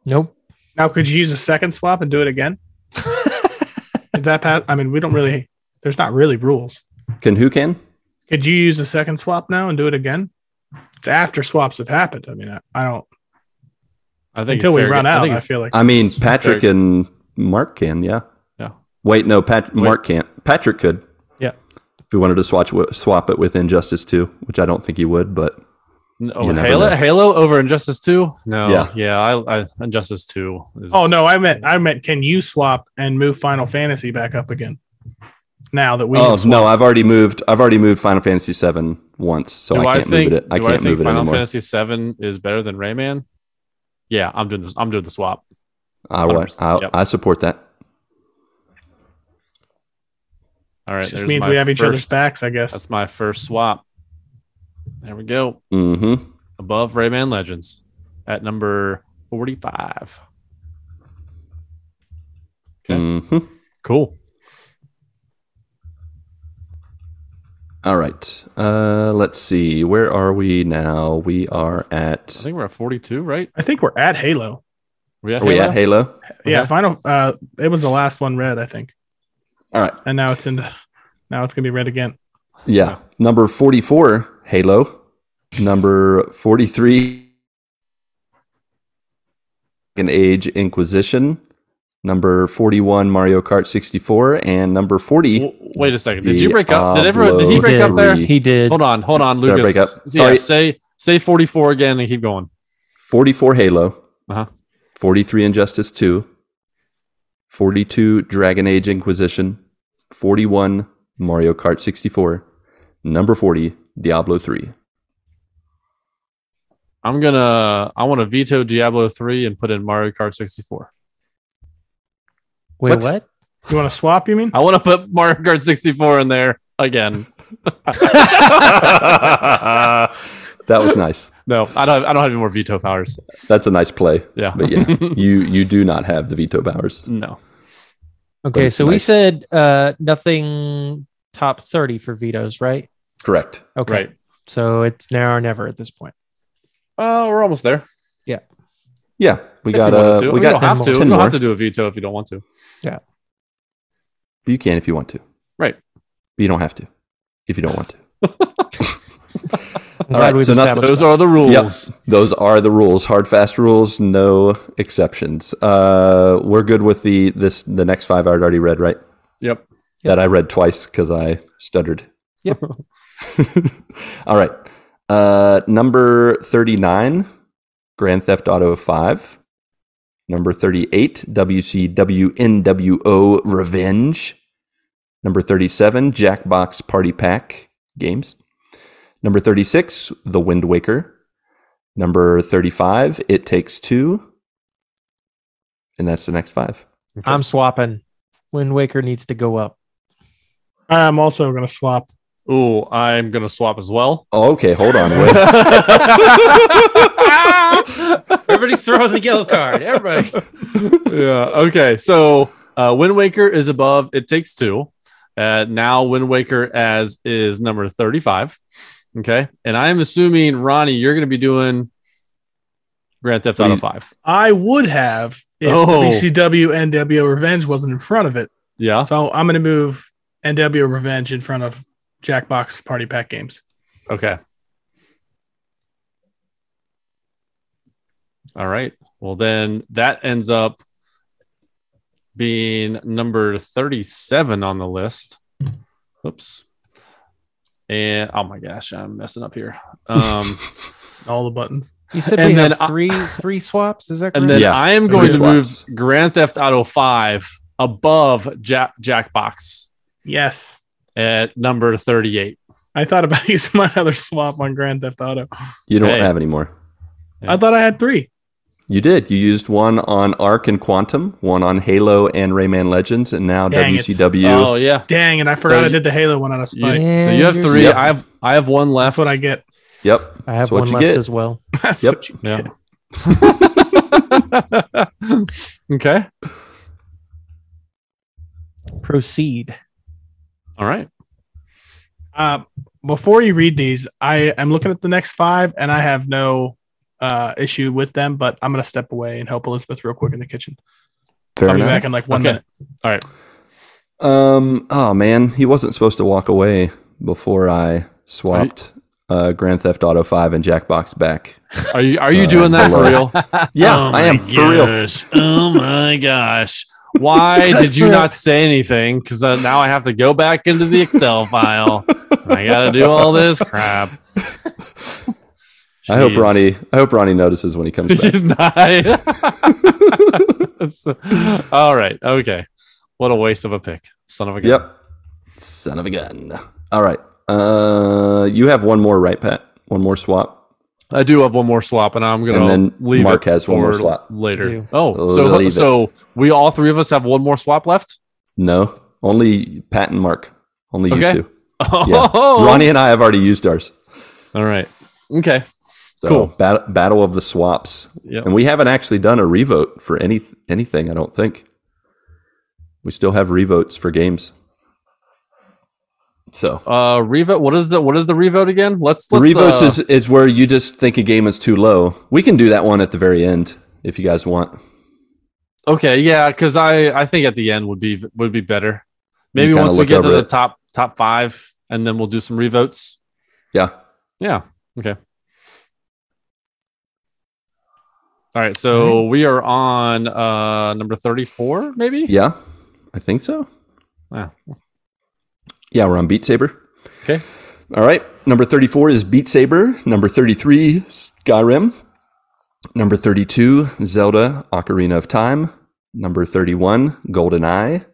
Nope.
Now, could you use a second swap and do it again? Is that pass? I mean, we don't really. There's not really rules.
Can who can?
Could you use a second swap now and do it again? It's after swaps have happened. I mean, I, I don't
I think
until
it's
we
fair
run
ga-
out. I,
think it's-
feel like
I mean,
It's
Patrick
very-
and Mark can. Yeah.
Yeah.
Wait, no, Pat,
Wait.
Mark can't. Patrick could.
Yeah.
If he wanted to swatch, swap it with Injustice 2, which I don't think he would, but
No,
You
with
never
Halo,
know.
Halo over Injustice Two? No,
Yeah.
yeah, yeah. I, I Injustice Two. Is,
Oh no, I meant I meant can you swap and move Final Fantasy back up again? Now that we
oh no, I've already moved. I've already moved Final Fantasy VII once, so
do
I can't
think,
move it. I
do
can't
I think
move it
Final
anymore.
Fantasy Seven is better than Rayman? Yeah, I'm doing this. I'm doing the swap.
I, wa-
100%,
I,
yep.
I support that.
All right,
it just
there's
means
my
we have each other's
first-
backs, I guess.
That's my first swap. There we go.
hmm
Above Rayman Legends at number forty-five.
hmm
Cool.
All right. Uh, let's see. Where are we now? We are
I
at.
think we're at forty-two, right?
I think we're at Halo.
We at
Are we at Halo?
Yeah,
Okay.
Final. Uh, it was the last one red, I think,
All right.
and now it's in the. Now it's gonna be red again.
Yeah. Number 44, Halo. Number 43, An Age Inquisition. Number 41, Mario Kart 64. And number 40,
W- Wait a second. Did you break up? Did everyone? Did
Diablo
he break up there?
three.
He did.
Hold on, hold on,
uh, Did I
Lucas.
break up?
Yeah,
Sorry.
say say forty-four again and keep going.
44, Halo.
Uh-huh.
43, Injustice 2. 42, Dragon Age Inquisition. 41, Mario Kart 64. Number 40, Diablo 3.
I'm gonna. I want to veto Diablo three and put in Mario Kart 64.
Wait,
What?
what?
You want to swap? You mean?
I want to put Mario Kart 64 in there again.
that was nice.
No, I don't. I don't have any more veto powers.
That's a nice play.
Yeah.
But yeah, you you do not have the veto powers.
No.
But
Okay,
it's
so we
nice.
said uh, nothing top 30 for vetoes, right?
Correct.
Okay.
Right.
So it's now or never at this point.
Uh, we're almost there.
Yeah, we
If
got
you wanted
uh,
to.
we got
don't have to.
10
We don't
more.
have to do a veto if you don't want to.
You can if you want to.
Right.
But you don't have to if you don't want to.
I'm
All
glad
right,
we've
so nothing-
established
Those
that.
are the
Yep.
rules.
Those are the rules. Hard fast rules, no exceptions. Uh, we're good with the this the next five I already read, right?
Yep.
that I read twice because I stuttered.
Yep.
All right. Uh, number 39, Grand Theft Auto 5. Number 38, WCW NWO Revenge. Number 37, Jackbox Party Pack Games. Number 36, The Wind Waker. Number 35, It Takes Two. And that's the next five.
I'm swapping. Wind Waker needs to go up.
I'm also gonna swap.
Ooh, I'm gonna swap as well.
Oh, okay, hold on. Wait.
Everybody's throwing the yellow card. Everybody.
yeah. Okay. So uh, Wind Waker is above. It takes two. Uh, now Wind Waker as is number thirty-five. Okay, and I am assuming Ronnie, you're going to be doing Grand Theft Auto
Please.
Five.
I would have if E
Oh.
WCW NWO Revenge wasn't in front of it.
Yeah.
So I'm gonna move NWO Revenge in front of Jackbox Party Pack Games.
Okay. All right. Well, then that ends up being number 37 on the list. Oops. And oh my gosh, I'm messing up here. Um,
all the buttons.
You said
And
we
then
have
I-
three three swaps. Is that correct?
And then
Yeah.
I am going to
Three
move
swaps.
Grand Theft Auto 5 above Jack Jackbox
Yes.
at number 38.
I thought about using my other swap on Grand Theft Auto.
You don't
Hey.
have any more.
I thought I had three.
You did. You used one on Arc and Quantum, one on Halo and Rayman Legends, and now
Dang it.
WCW.
Oh yeah.
Dang, and I forgot
So
I
you-
did the Halo one out of
You-
spite.
Yeah,
so you have
you're
three.
smart.
I have I have one left.
That's what I get.
Yep.
I have
So what
one
you
left
get?
as well.
That's
Yep.
what you
Yeah.
get.
okay.
Proceed.
All right.
Uh, before you read these, I am looking at the next five, and I have no uh, issue with them. But I'm gonna step away and help Elizabeth real quick in the kitchen.
Fair
I'll be
enough.
back in like one
Okay.
minute.
Um. Oh man, he wasn't supposed to walk away before I swapped uh, Grand Theft Auto Five and Jackbox back.
Are you are you
Uh,
doing that for
hello.
real?
Yeah, I am for real.
oh my gosh. Why did you not say anything? Because uh, now I have to go back into the Excel file. I got to do all this crap.
I hope
Jeez.
Ronnie. I hope Ronnie notices when he comes back.
He's not. all right. Okay. What a waste of a pick. Son of a gun.
yep. Son of a gun. All right. Uh, you have one more, right, Pat? One more swap.
I do have one more swap, and I'm gonna
And then
leave
Mark
it
has one more
for
swap.
later.
Do.
Oh, so
Leave it.
so we all three of us have one more swap left.
No, only Pat and Mark. Only you
Okay.
two. Yeah.
Oh,
Ronnie and I have already used ours.
All right. Okay.
So
Cool.
bat- battle of the swaps,
Yep.
and we haven't actually done a revote for any anything. I don't think. We still have revotes for games. So
Uh, revote. What is it? What is the revote again? Let's let's
revotes
uh,
is is where you just think a game is too low. We can do that one at the very end if you guys want.
okay. Yeah, because I I think at the end would be would be better. Maybe
kinda
once we
look
get to
over
the
it.
top top five, and then we'll do some revotes.
Yeah.
Yeah. Okay. All right.
Mm-hmm.
So we are on uh number thirty four, maybe.
Yeah, I think so.
Wow.
Yeah, we're on Beat Saber.
Okay.
All right. Number 34 is Beat Saber. Number 33, Skyrim. Number 32, Zelda Ocarina of Time. Number 31, GoldenEye.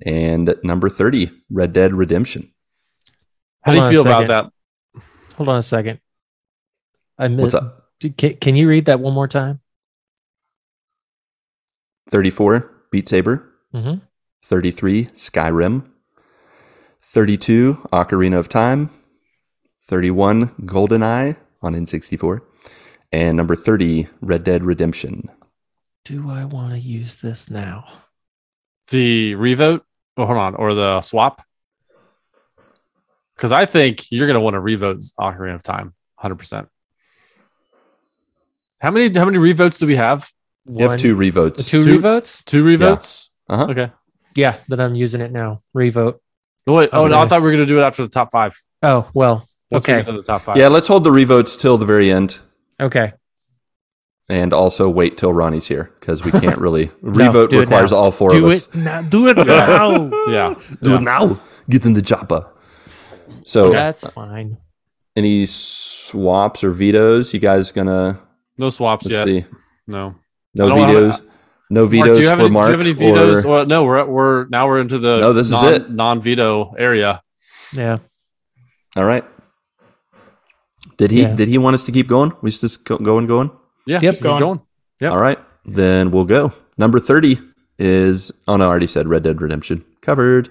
And number 30, Red Dead Redemption.
How do you
Hold on a
feel about
second.
that?
Hold on a second. I
What's
missed.
up?
Can, can you read that one more time?
34, Beat Saber.
hmm
33, Skyrim. 32, Ocarina of Time. 31, GoldenEye on N64. And number 30, Red Dead Redemption.
Do I want to use this now?
The revote? Oh, hold on, or the swap? Because I think you're gonna want to revote Ocarina of Time, hundred percent. How many how many revotes do we have?
You have two revotes.
uh, Two,
Two-
revotes?
Two revotes?
Uh-huh.
Okay.
Yeah, that I'm using it now. Revote.
Oh, wait, oh, no, I
Okay.
thought we were gonna do it after the top five.
Oh well.
Once we
Okay.
get to the top five.
Yeah, let's hold the revotes till the very end
Okay.
and also wait till Ronnie's here because we can't really. revote
do it
requires
now.
all four
Do
of us.
it now. Do it
now. Yeah.
Do
Yeah.
it now. Get in the japa. So,
That's fine.
any swaps or vetoes? You guys gonna.
No swaps
Let's
yet.
see.
No.
No
I don't wanna-
vetoes. No vetoes
Mark, do you have
for
any,
Mark.
Do you have any vetoes?
or-
Well, no, we're at, we're now we're into the
No, this is
non,
it.
non-veto area.
Yeah.
All right. Did he
Yeah.
did he want us to keep going? We just go, going going.
Yeah,
Yep.
keep going. Yep.
All right. Then we'll go. Number 30 is Oh no, I already said Red Dead Redemption. Covered.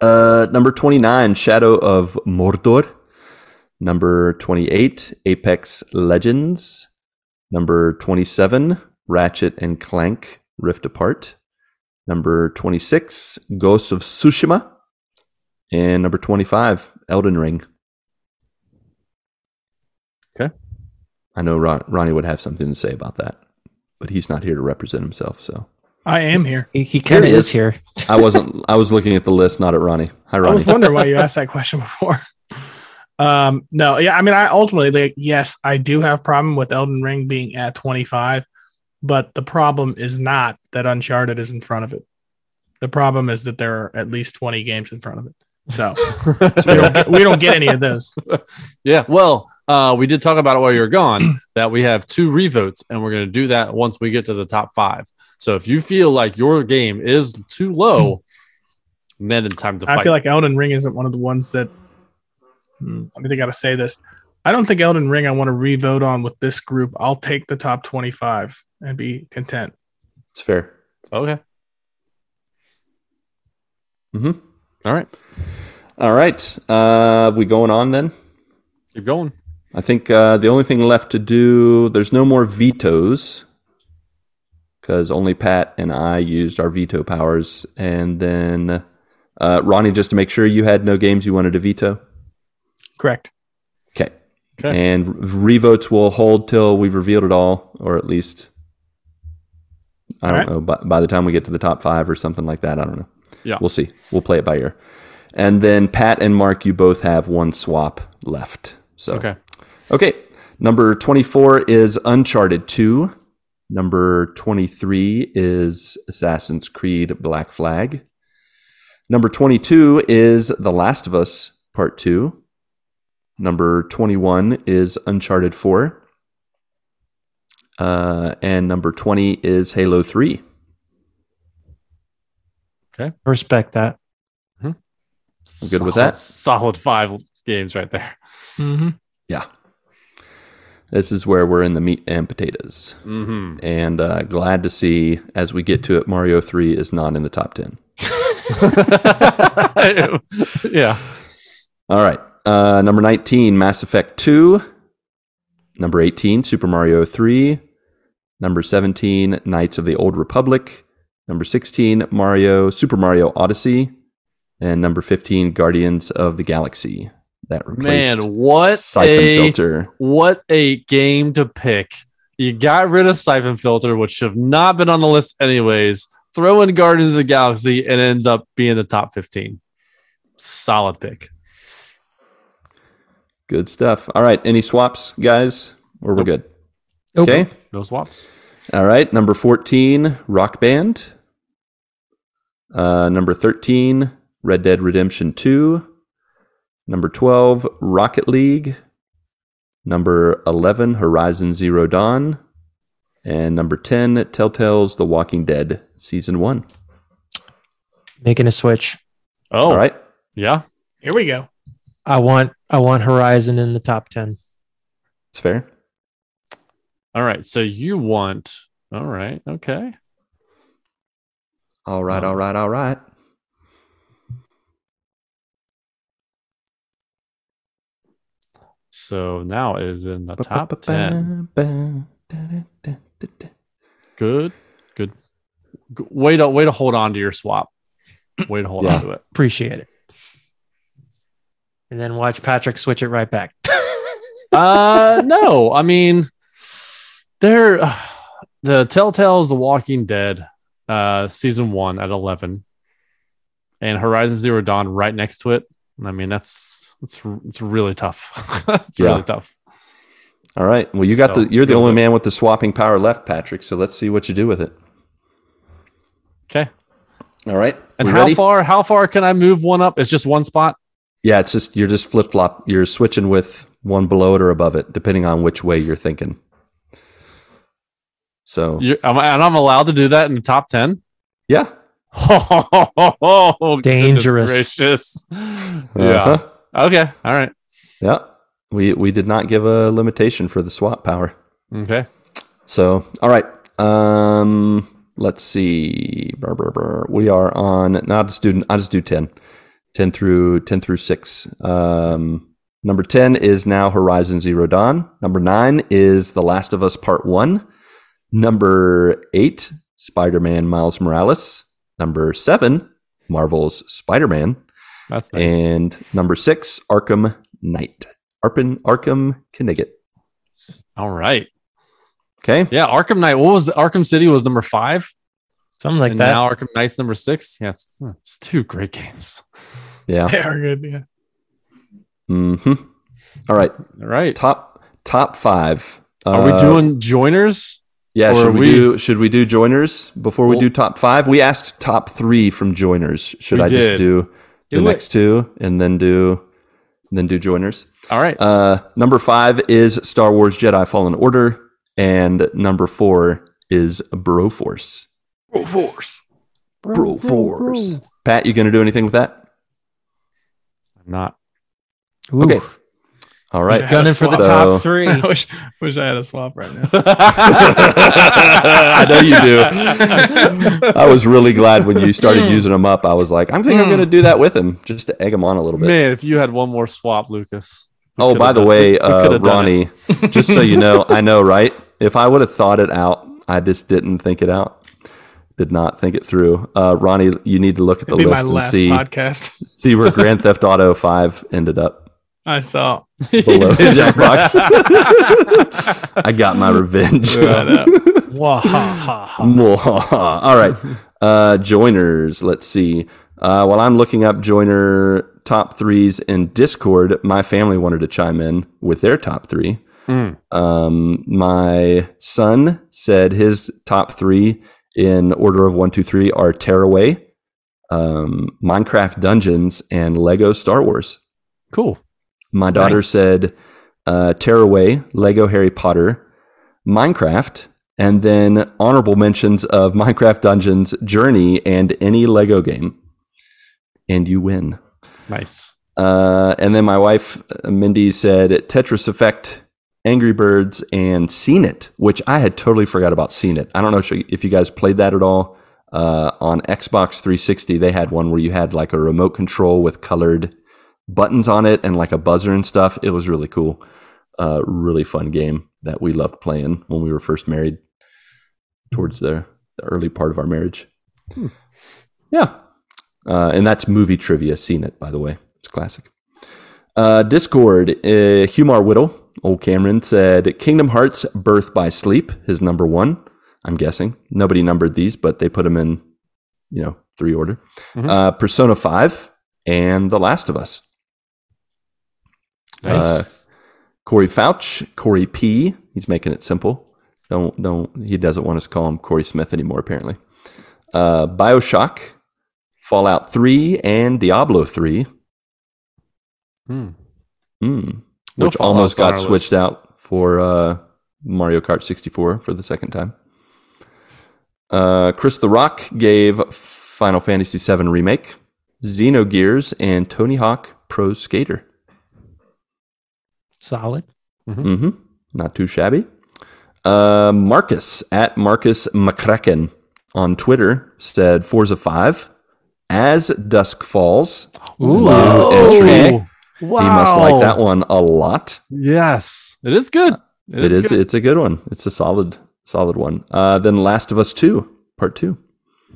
Uh number 29 Shadow of Mordor. Number 28 Apex Legends. Number 27 Ratchet and Clank Rift Apart. Number 26 Ghost of Tsushima. And number 25 Elden Ring.
Okay.
I know Ron- Ronnie would have something to say about that, but he's not here to represent himself. So
I am here.
He, he kind of
it
is
is.
here.
I wasn't. I was looking at the list, not at Ronnie. Hi,
I
Ronnie.
was wondering why you asked that question before. Um, no, yeah, I mean, I ultimately, like, yes, I do have problem with Elden Ring being at 25, but the problem is not that Uncharted is in front of it. The problem is that there are at least 20 games in front of it. So we don't get, we don't get any of those.
Yeah. Well, uh, we did talk about it while you were gone that we have two revotes, and we're going to do that once we get to the top five. So if you feel like your game is too low, then it's time to fight.
I feel like Elden Ring isn't one of the ones that. Hmm, I mean, they got to say this. I don't think Elden Ring. I want to revote on with this group. I'll take the top twenty-five and be content.
It's fair.
okay. Mm-hmm.
Mhm.
All right,
All right. Uh, we going on then?
keep going.
I think uh, the only thing left to do, there's no more vetoes because only Pat and I used our veto powers. And then, uh, Ronnie, just to make sure you had no games you wanted to veto.
Correct.
Okay.
Okay.
And revotes will hold till we've revealed it all, or at least, I don't
All right.
know, by, by the time we get to the top five or something like that. I don't know.
Yeah.
We'll see. We'll play it by ear. And then, Pat and Mark, you both have one swap left. So,
Okay.
Okay. Number 24 is Uncharted 2. Number 23 is Assassin's Creed Black Flag. Number 22 is The Last of Us Part 2. Number 21 is Uncharted 4. Uh, and number 20 is Halo 3.
Respect that.
I'm good with
Solid-
that.
Solid five games right there.
Mm-hmm.
Yeah. This is where we're in the meat and potatoes.
Mm-hmm.
hmm
And uh, glad to see as we get to it, Mario 3 is not in the top 10.
yeah.
All right. Uh, number 19, Mass Effect 2. Number 18, Super Mario 3. Number 17, Knights of the Old Republic. Number 16, Mario Super Mario Odyssey. And number 15, Guardians of the Galaxy. That replaced
Man, what
Siphon
a
Filter.
what a game to pick. You got rid of Siphon Filter, which should have not been on the list anyways. Throw in Guardians of the Galaxy and it ends up being the top 15. Solid pick.
Good stuff. All right. Any swaps, guys? Or we're good?
Nope.
Okay.
No swaps.
All right, number 14, Rock Band. Uh, number 13, Red Dead Redemption 2. Number 12, Rocket League. Number 11, Horizon Zero Dawn. And number 10, Telltale's The Walking Dead Season 1.
Making a switch.
Oh,
All right.
yeah.
Here we go.
I want I want Horizon in the top ten.
It's fair.
All right. So you want. All right. Okay.
All right, all right, all right.
So now it is in the top 10. Good. Good. G- Way to, way to hold on to your swap. Way to hold
Yeah.
on to it.
Appreciate it. And then watch Patrick switch it right back.
uh no i mean they're the telltales the walking dead uh season one at 11 and horizon zero dawn right next to it i mean that's it's it's really tough it's
Yeah.
really tough
All right. Well, you got
So,
the you're the
good
only
luck.
man with the swapping power left, Patrick, so let's see what you do with it.
okay
All right.
and
We
how
ready?
far how far can i move one up it's just one spot
Yeah, it's just you're just flip flop. You're switching with one below it or above it, depending on which way you're thinking. So
You're, am I- and i'm allowed to do that in the top 10
yeah,
oh,
Dangerous.
gracious. yeah
Uh-huh.
okay all right
yeah. We we did not give a limitation for the swap power.
okay
So all right, um, let's see. Brr, brr, brr. We are on. No, I'll just do. I'll just do ten. 10 through 10 through 6 um, number 10 is now horizon zero dawn number 9 is the last of us part 1 number 8 spider-man miles morales number 7 marvel's spider-man
that's nice
and number 6 arkham knight arkham arkham connecticut
all right
okay
Yeah, Arkham Knight. What was Arkham City was number five,
Something like
and
that.
now Arkham Knight's number six. Yeah, it's, hmm, it's two great games.
yeah
They are good. Yeah.
hmm all right
All right,
top top 5
are we
Uh,
doing joiners?
Yeah,
Or
should
are
we,
we-
do should we do joiners before we
Well-
do top five? We asked top three from joiners. Should
We
I just
did.
do,
Do
the
it.
next two and then do than do joiners.
All right.
Uh, number five is Star Wars Jedi Fallen Order, and number four is Broforce.
Force.
Bro force. Pat, you gonna do anything with that?
I'm not.
Ooh,
Okay. All right.
Yeah.
gunning for the
So-
top three.
I wish, wish I had a swap right now.
I know you do. I was really glad when you
Mm.
started using him up. I was like, I think I'm
Mm.
gonna do that with him just to egg him on a little bit.
Man, if you had one more swap, Lucas. we
Oh,
could've
by the
done-
way,
we
uh,
could've done it.
Ronnie, just so you know, I know, right? If I would have thought it out, I just didn't think it out. Did not think it through. Uh, Ronnie, you need to look at the
It'd be my
list and
last
see
podcast.
see where Grand Theft Auto Five ended up
I saw.
below
You did.
Jackbox. I got my revenge.
Yeah, I know.
Wah, ha, ha, ha.
Mwahaha. All right. Uh, joiners. Let's see. Uh, while I'm looking up joiner top threes in Discord, my family wanted to chime in with their top three.
Mm.
Um, my son said his top three in order of one, two, three are Tearaway, um, Minecraft Dungeons, and Lego Star Wars.
Cool.
My daughter said uh, Tearaway, Lego Harry Potter, Minecraft, and then honorable mentions of Minecraft Dungeons, Journey, and any Lego game. And you win.
Nice.
Uh, and then my wife, uh, Mindy, said Tetris Effect, Angry Birds, and Seen It, which I had totally forgot about Seen It. I don't know if you- if you guys played that at all. Uh, on Xbox 360, they had one where you had like a remote control with colored buttons on it and like a buzzer and stuff. It was really cool. Uh, really fun game that we loved playing when we were first married towards the, the early part of our marriage. Yeah. Uh, and that's movie trivia. Seen it, by the way. It's classic. Uh, Discord, uh, Humar Whittle, old Cameron said Kingdom Hearts Birth by Sleep, his number one, I'm guessing. Nobody numbered these, but they put them in, you know, three order.
Mhm.
Uh, Persona 5 and The Last of Us.
Nice.
Uh, Corey Fouch, Corey P. He's making it simple. Don't don't. He doesn't want us to call him Corey Smith anymore. Apparently, uh, Bioshock, Fallout Three, and Diablo Three,
Mm.
mm,
No
which almost
Fallouts on
got
our
switched
list.
out for uh, Mario Kart 64 for the second time. Uh, Chris the Rock gave Final Fantasy VII remake, Xenogears, and Tony Hawk Pro Skater.
Solid.
hmm Not too shabby. Uh, Marcus at Marcus McCracken on Twitter said Forza 5 as Dusk Falls.
Ooh.
entry.
Ooh. Wow.
He must like that one a lot.
Yes. It is good.
it is.
good.
It's a good one. It's a solid, solid one. Uh, then Last of Us 2, part 2.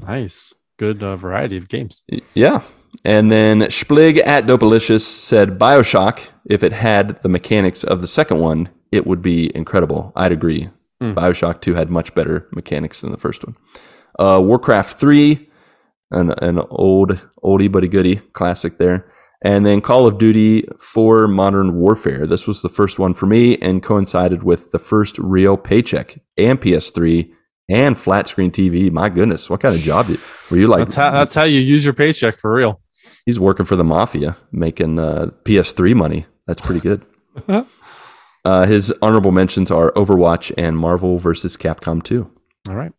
Nice. Good uh, variety of games.
Y- Yeah. And then Splig at Dopalicious said Bioshock, if it had the mechanics of the second one, it would be incredible. I'd agree.
Mm.
Bioshock 2 had much better mechanics than the first one. Uh, Warcraft 3, an, an old, oldie but a goodie classic there. And then Call of Duty 4 Modern Warfare. This was the first one for me and coincided with the first real paycheck and PS3 and flat screen TV. My goodness, what kind of job did, were you like?
That's how that's how you use your paycheck for real.
He's working for the mafia, making uh, PS3 money. That's pretty good. uh, his honorable mentions are Overwatch and Marvel versus Capcom 2.
All right.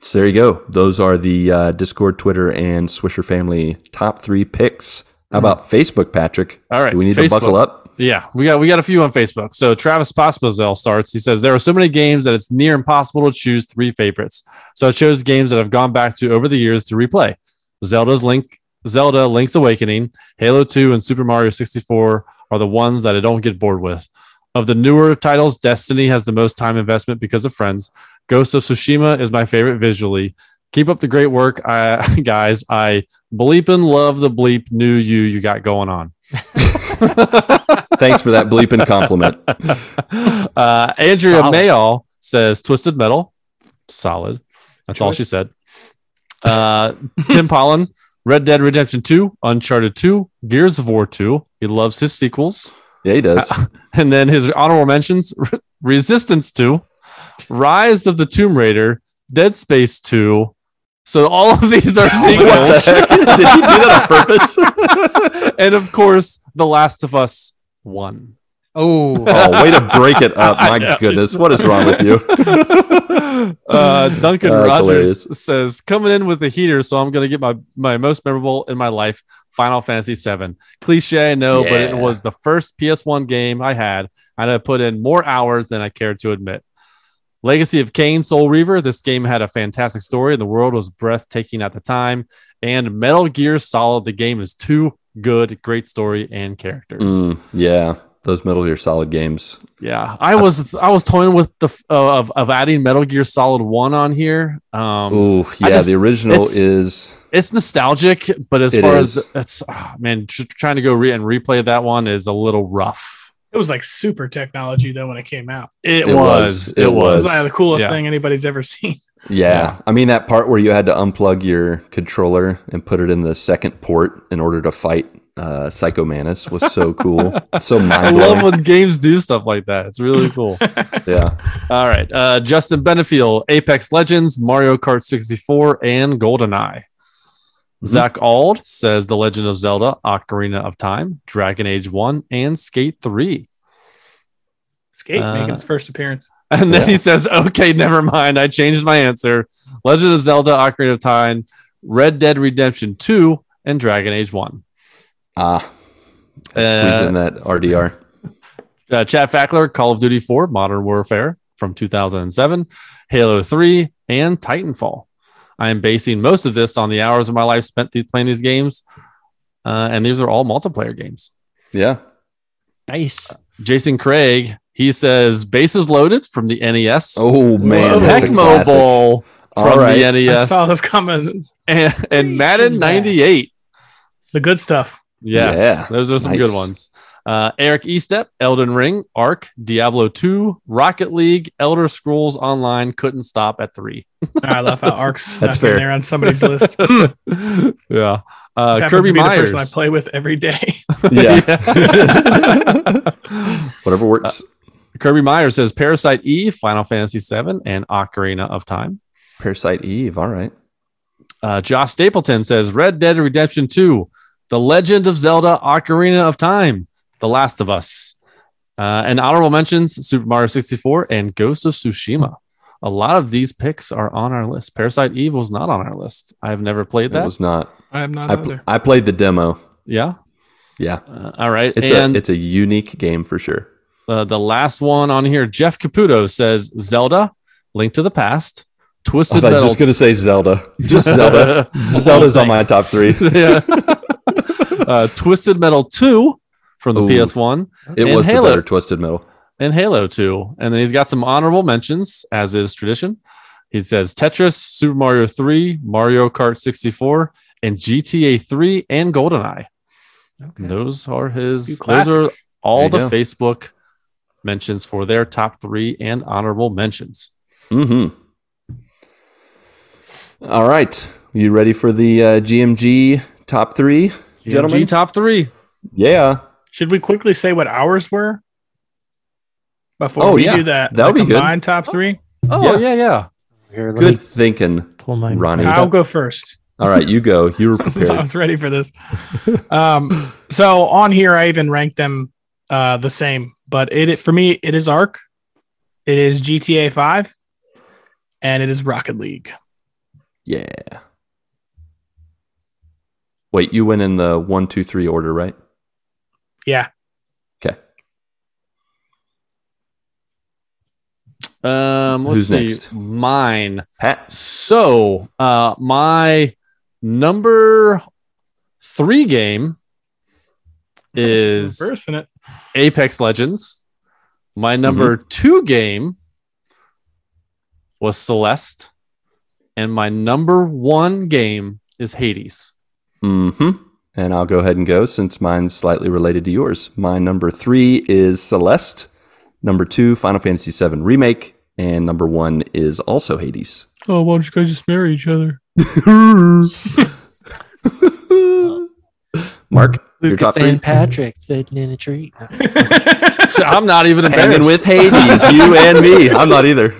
So there you go. Those are the uh, Discord, Twitter, and Swisher family top three picks. How about Facebook, Patrick?
All right.
Do we need to
Mm-hmm. Facebook.
buckle up?
Yeah, we got we got a few on Facebook. So Travis Pospisil starts. He says there are so many games that it's near impossible to choose three favorites. So I chose games that I've gone back to over the years to replay. Zelda's Link, Zelda Link's Awakening, Halo 2 and Super Mario 64 are the ones that I don't get bored with. Of the newer titles, Destiny has the most time investment because of friends. Ghost of Tsushima is my favorite visually. Keep up the great work, I, guys. I bleep and love the bleep new you you got going on.
Thanks for that bleeping compliment.
uh, Andrea
Solid.
Mayall says Twisted Metal. Solid. That's all
Choice.
she said. Uh, Tim Pollen, Red Dead Redemption 2, Uncharted 2, Gears of War 2. He loves his sequels.
Yeah, he does.
And then his honorable mentions Resistance 2, Rise of the Tomb Raider, Dead Space 2, So all of these are
What
sequels.
the heck? Oh Did he do that on purpose?
and of course, The Last of Us One.
Oh,
oh, way to break it up. My
Yeah.
goodness. What is wrong with you?
uh, Duncan
Uh, that's
Rogers says, coming in with the heater, so I'm going to get my, my most memorable in my life Final Fantasy VII. Cliche, I know, but it
Yeah.
was the first PS1 game I had, and I put in more hours than I cared to admit. Legacy of Kane Soul Reaver. This game had a fantastic story, and the world was breathtaking at the time. And Metal Gear Solid. The game is too good, great story and characters.
Mm, yeah, those Metal Gear Solid games.
Yeah, I was I was toying with the f- uh, of of adding Metal Gear Solid One on here. Um,
Ooh, yeah,
just-
the original
it's-
is
it's nostalgic, but as
It
far
is.
as it's ah, man tr- trying to go re- and replay that one is a little rough.
It was like super technology though when it came out.
It,
It
was,
was,
it
it
It was
was.
was.
like the coolest
Yeah.
thing anybody's ever seen.
yeah.
Yeah.
I mean that part where you had to unplug your controller and put it in the second port in order to fight uh, Psycho Manus was so cool, so
I
mind
love
blowing.
when games do stuff like that. It's really cool.
Yeah,
All right, uh, Justin Benefield, Apex Legends, Mario Kart 64, and GoldenEye.
Mm-hmm.
Zach Ald says The Legend of Zelda, Ocarina of Time, Dragon Age 1, and Skate 3.
Skate
Uh,
making its first appearance.
And then
Yeah.
he says, okay, never mind. I changed my answer. Legend of Zelda, Ocarina of Time, Red Dead Redemption 2, and Dragon Age 1.
ah,
Uh,
squeeze in that RDR.
Uh, Chad Fackler, Call of Duty 4, Modern Warfare from 2007, Halo 3, and Titanfall. I am basing most of this on the hours of my life spent these, playing these games. Uh, and these are all multiplayer games.
Yeah,
nice.
Jason Craig, he says, Bases Loaded from the NES.
oh man,
Whoa.
that's a
Tecmo
classic.
Bowl
All
from
right.
the E
I
NES.
saw those comments.
and, and
Reaching
Madden
back.
98.
The good stuff.
Yes,
Yeah.
those are some good
Nice.
ones. Uh, Eric Estep, Elden Ring, Arc, Diablo 2, Rocket League, Elder Scrolls Online, couldn't stop at three.
I love how Arcs snuck
That's
in
fair.
there on somebody's list.
yeah. Uh,
Happens
Kirby
to be
Myers.
the person I play with every day.
Yeah.
Whatever works.
Kirby Myers says Parasite E, Final Fantasy VII, and Ocarina of Time.
Parasite Eve. All right.
Uh, Josh Stapleton says Red Dead Redemption 2, The Legend of Zelda, Ocarina of Time, The Last of Us. Uh, and honorable mentions Super Mario 64 and Ghost of Tsushima. A lot of these picks are on our list. Parasite Eve was not on our list. I have never played
That
that.
was not.
I am not
I, pl-
either.
I played the demo.
yeah.
Yeah,
Uh, all right.
it's
and
a it's a unique game for sure.
uh, the last one on here, Jeff Caputo says Zelda, Link to the
Oh,
Past,
I
Twisted
was
Metal.
just gonna say Zelda. Just Zelda. Zelda's on my top three.
yeah. uh, Twisted Metal 2 from the
Ooh.
PS1
It
And
was
Halo.
the better Twisted Metal.
and Halo 2. And then he's got some honorable mentions, as is tradition. He says Tetris, Super Mario 3, Mario Kart 64, and GTA 3 and GoldenEye. Those are his,
Few
those are
classics.
all the
There you go.
Facebook mentions for their top three and honorable mentions.
Mm-hmm. All right. You ready for the uh, GMG top three? Gentlemen?
GMG top three.
Yeah.
Should we quickly say what ours were before
Oh,
we
yeah.
do that?
That would
the
be good.
combined top three.
Oh, yeah, yeah.
Here, let
Good
me
thinking.
pull my
Ronnie.
back
I'll
up.
go first.
All right, you go. You were
since I
prepared.
was ready for this. Um, so on here, I even ranked them uh, the same, but it, it- for me it is Arc, it is GTA Five, and it is Rocket League.
Yeah. Wait, you went in the one, two, three order, right?
Yeah,
Okay.
Um, let's
Who's
see.
next?
Mine.
Pat.
So, uh, my number three game is
reversing it.
Apex Legends. My number two game was Celeste, and my number one game is Hades.
hmm And I'll go ahead and go since mine's slightly related to yours. My number three is Celeste. Number two, Final Fantasy VII Remake. And number one is also Hades.
Oh, why don't you guys just marry each other?
Mark, your
Lucas
top three.
and Patrick sitting in a tree.
So I'm not even
Hanging
embarrassed.
with Hades, you and me. I'm not either.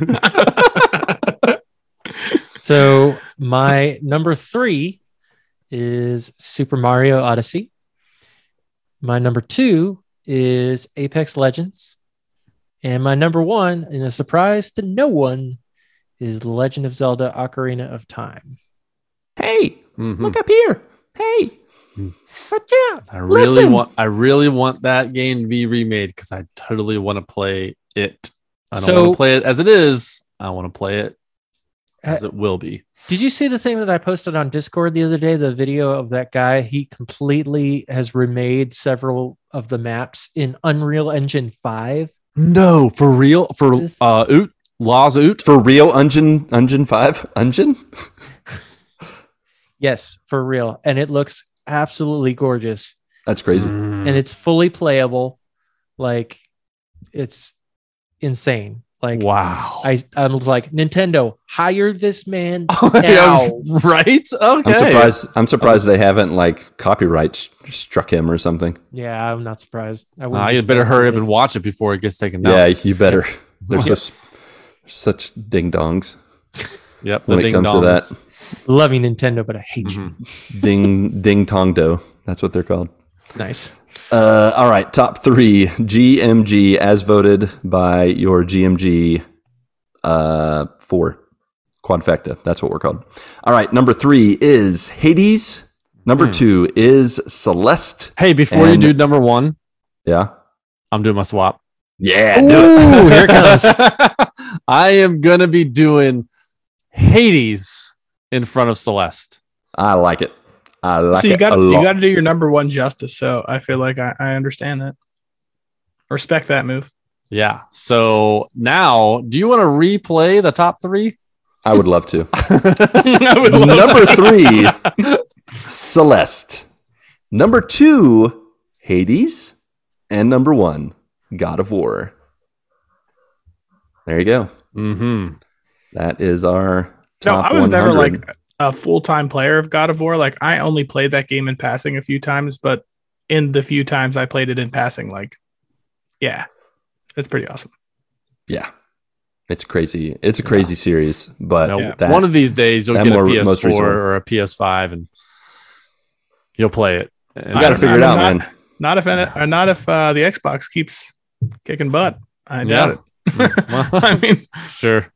So My number three is Super Mario Odyssey. My number two is Apex Legends. And my number one, in a surprise to no one, is The Legend of Zelda Ocarina of Time.
Hey,
Mhm.
look up here. Hey.
I really
Listen.
want. I really want that game to be remade because I totally want to play it. I don't
So-
want to play it as it is. I want to play it as
Uh,
it will be.
Did you see the thing that I posted on Discord the other day? The video of that guy, he completely has remade several of the maps in Unreal Engine 5.
No, for real. For
This-
uh, oot laws oot.
For real, Ungeon, Ungeon 5? Ungeon?
Yes, for real. And it looks absolutely gorgeous.
That's crazy.
Mm.
and it's fully playable. Like it's insane. Like
wow.
I, I was like, Nintendo, hire this man.
Yeah, right? Okay.
I'm surprised. I'm surprised they haven't like copyright sh- struck him or something.
yeah, I'm not surprised. I
Uh,
be
you better
surprised
hurry
if
up and
they-
watch it before it gets taken
Yeah,
down.
you better. They're
Yeah.
such such ding dongs.
Yep. The
When it
ding
comes to
dongs.
Love you, Nintendo, but I hate you.
Mhm.
Ding ding tong do. That's what they're called.
Mm-hmm.
Nice.
Uh, all right, top three GMG as voted by your GMG uh, four quadfecta. That's what we're called. All right, number three is Hades. Number
Hmm.
two is Celeste.
Hey, before
And-
you do number one,
Yeah,
I'm doing my swap.
yeah. do it.
Ooh, here it comes.
I am going to be doing Hades in front of Celeste.
I like it. I like
so you
it
got
a lot.
you got to do your number one justice. So I feel like I, I understand that. Respect that move.
Yeah. So now, do you want to replay the top three?
I would love to.
I would love
Number three, Celeste. Number two, Hades. And number one, God of War. There you go.
Mm-hmm.
That is our
No,
top
I was never
100.
like a full time player of God of War. Like I only played that game in passing a few times, but in the few times I played it in passing, like yeah, it's pretty awesome.
yeah. It's crazy. It's a crazy series, but
Now,
that,
one of these days, you'll
that
get a
more- most
PS4
reasonable.
or a PS5 and you'll play it. And
we got to
I-
figure it
I'm
out,
not-
man.
Not if any, or not if uh, the Xbox keeps kicking butt. I doubt
Yeah.
it. I mean,
Sure.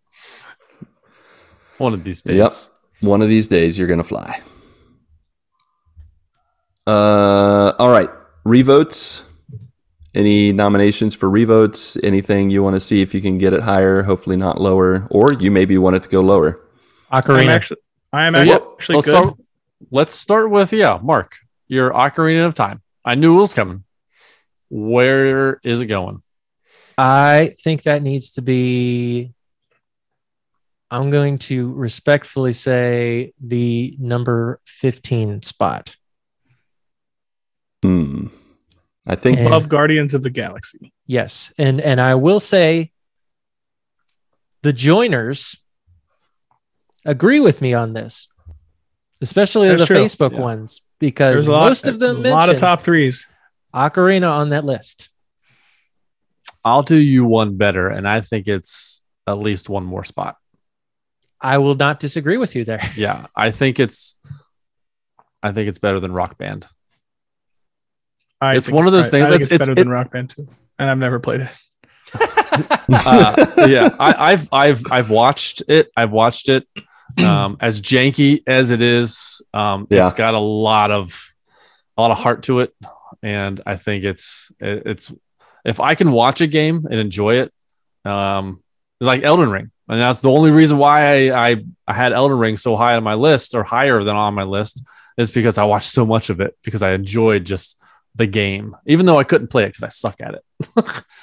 One of these days.
Yep. One of these days, you're gonna fly. Uh, all right. Revotes. Any nominations for revotes? Anything you want to see if you can get it higher? Hopefully not lower, or you maybe want it to go lower.
Ocarina.
I'm actually, I am
Well,
actually
let's,
good.
Start, let's start with, yeah, Mark, your Ocarina of Time. I knew it was coming. Where is it going?
I think that needs to be. I'm going to respectfully say the number 15 spot.
Hmm. I think.
And-
Love Guardians of the Galaxy.
Yes, and and I will say, the joiners agree with me on this, especially
That's
the
true.
Facebook
Yeah.
ones, because
There's a lot,
most of them
a lot of
mention
top threes.
Ocarina on that list.
I'll do you one better, and I think it's at least one more spot.
I will not disagree with you there.
Yeah, I think it's, I think it's better than Rock Band.
I
It's
think-
one of those
I-
things
I think
that's-
it's,
it's-
better
it-
than Rock Band too, and I've never played it.
Uh, yeah, I, I've I've I've watched it. I've watched it. Um, as janky as it is, um,
Yeah.
it's got a lot of a lot of heart to it, and I think it's it- it's if I can watch a game and enjoy it, um, like Elden Ring, and that's the only reason why I, I I had Elden Ring so high on my list or higher than on my list is because I watched so much of it because I enjoyed just the game, even though I couldn't play it because I suck at it.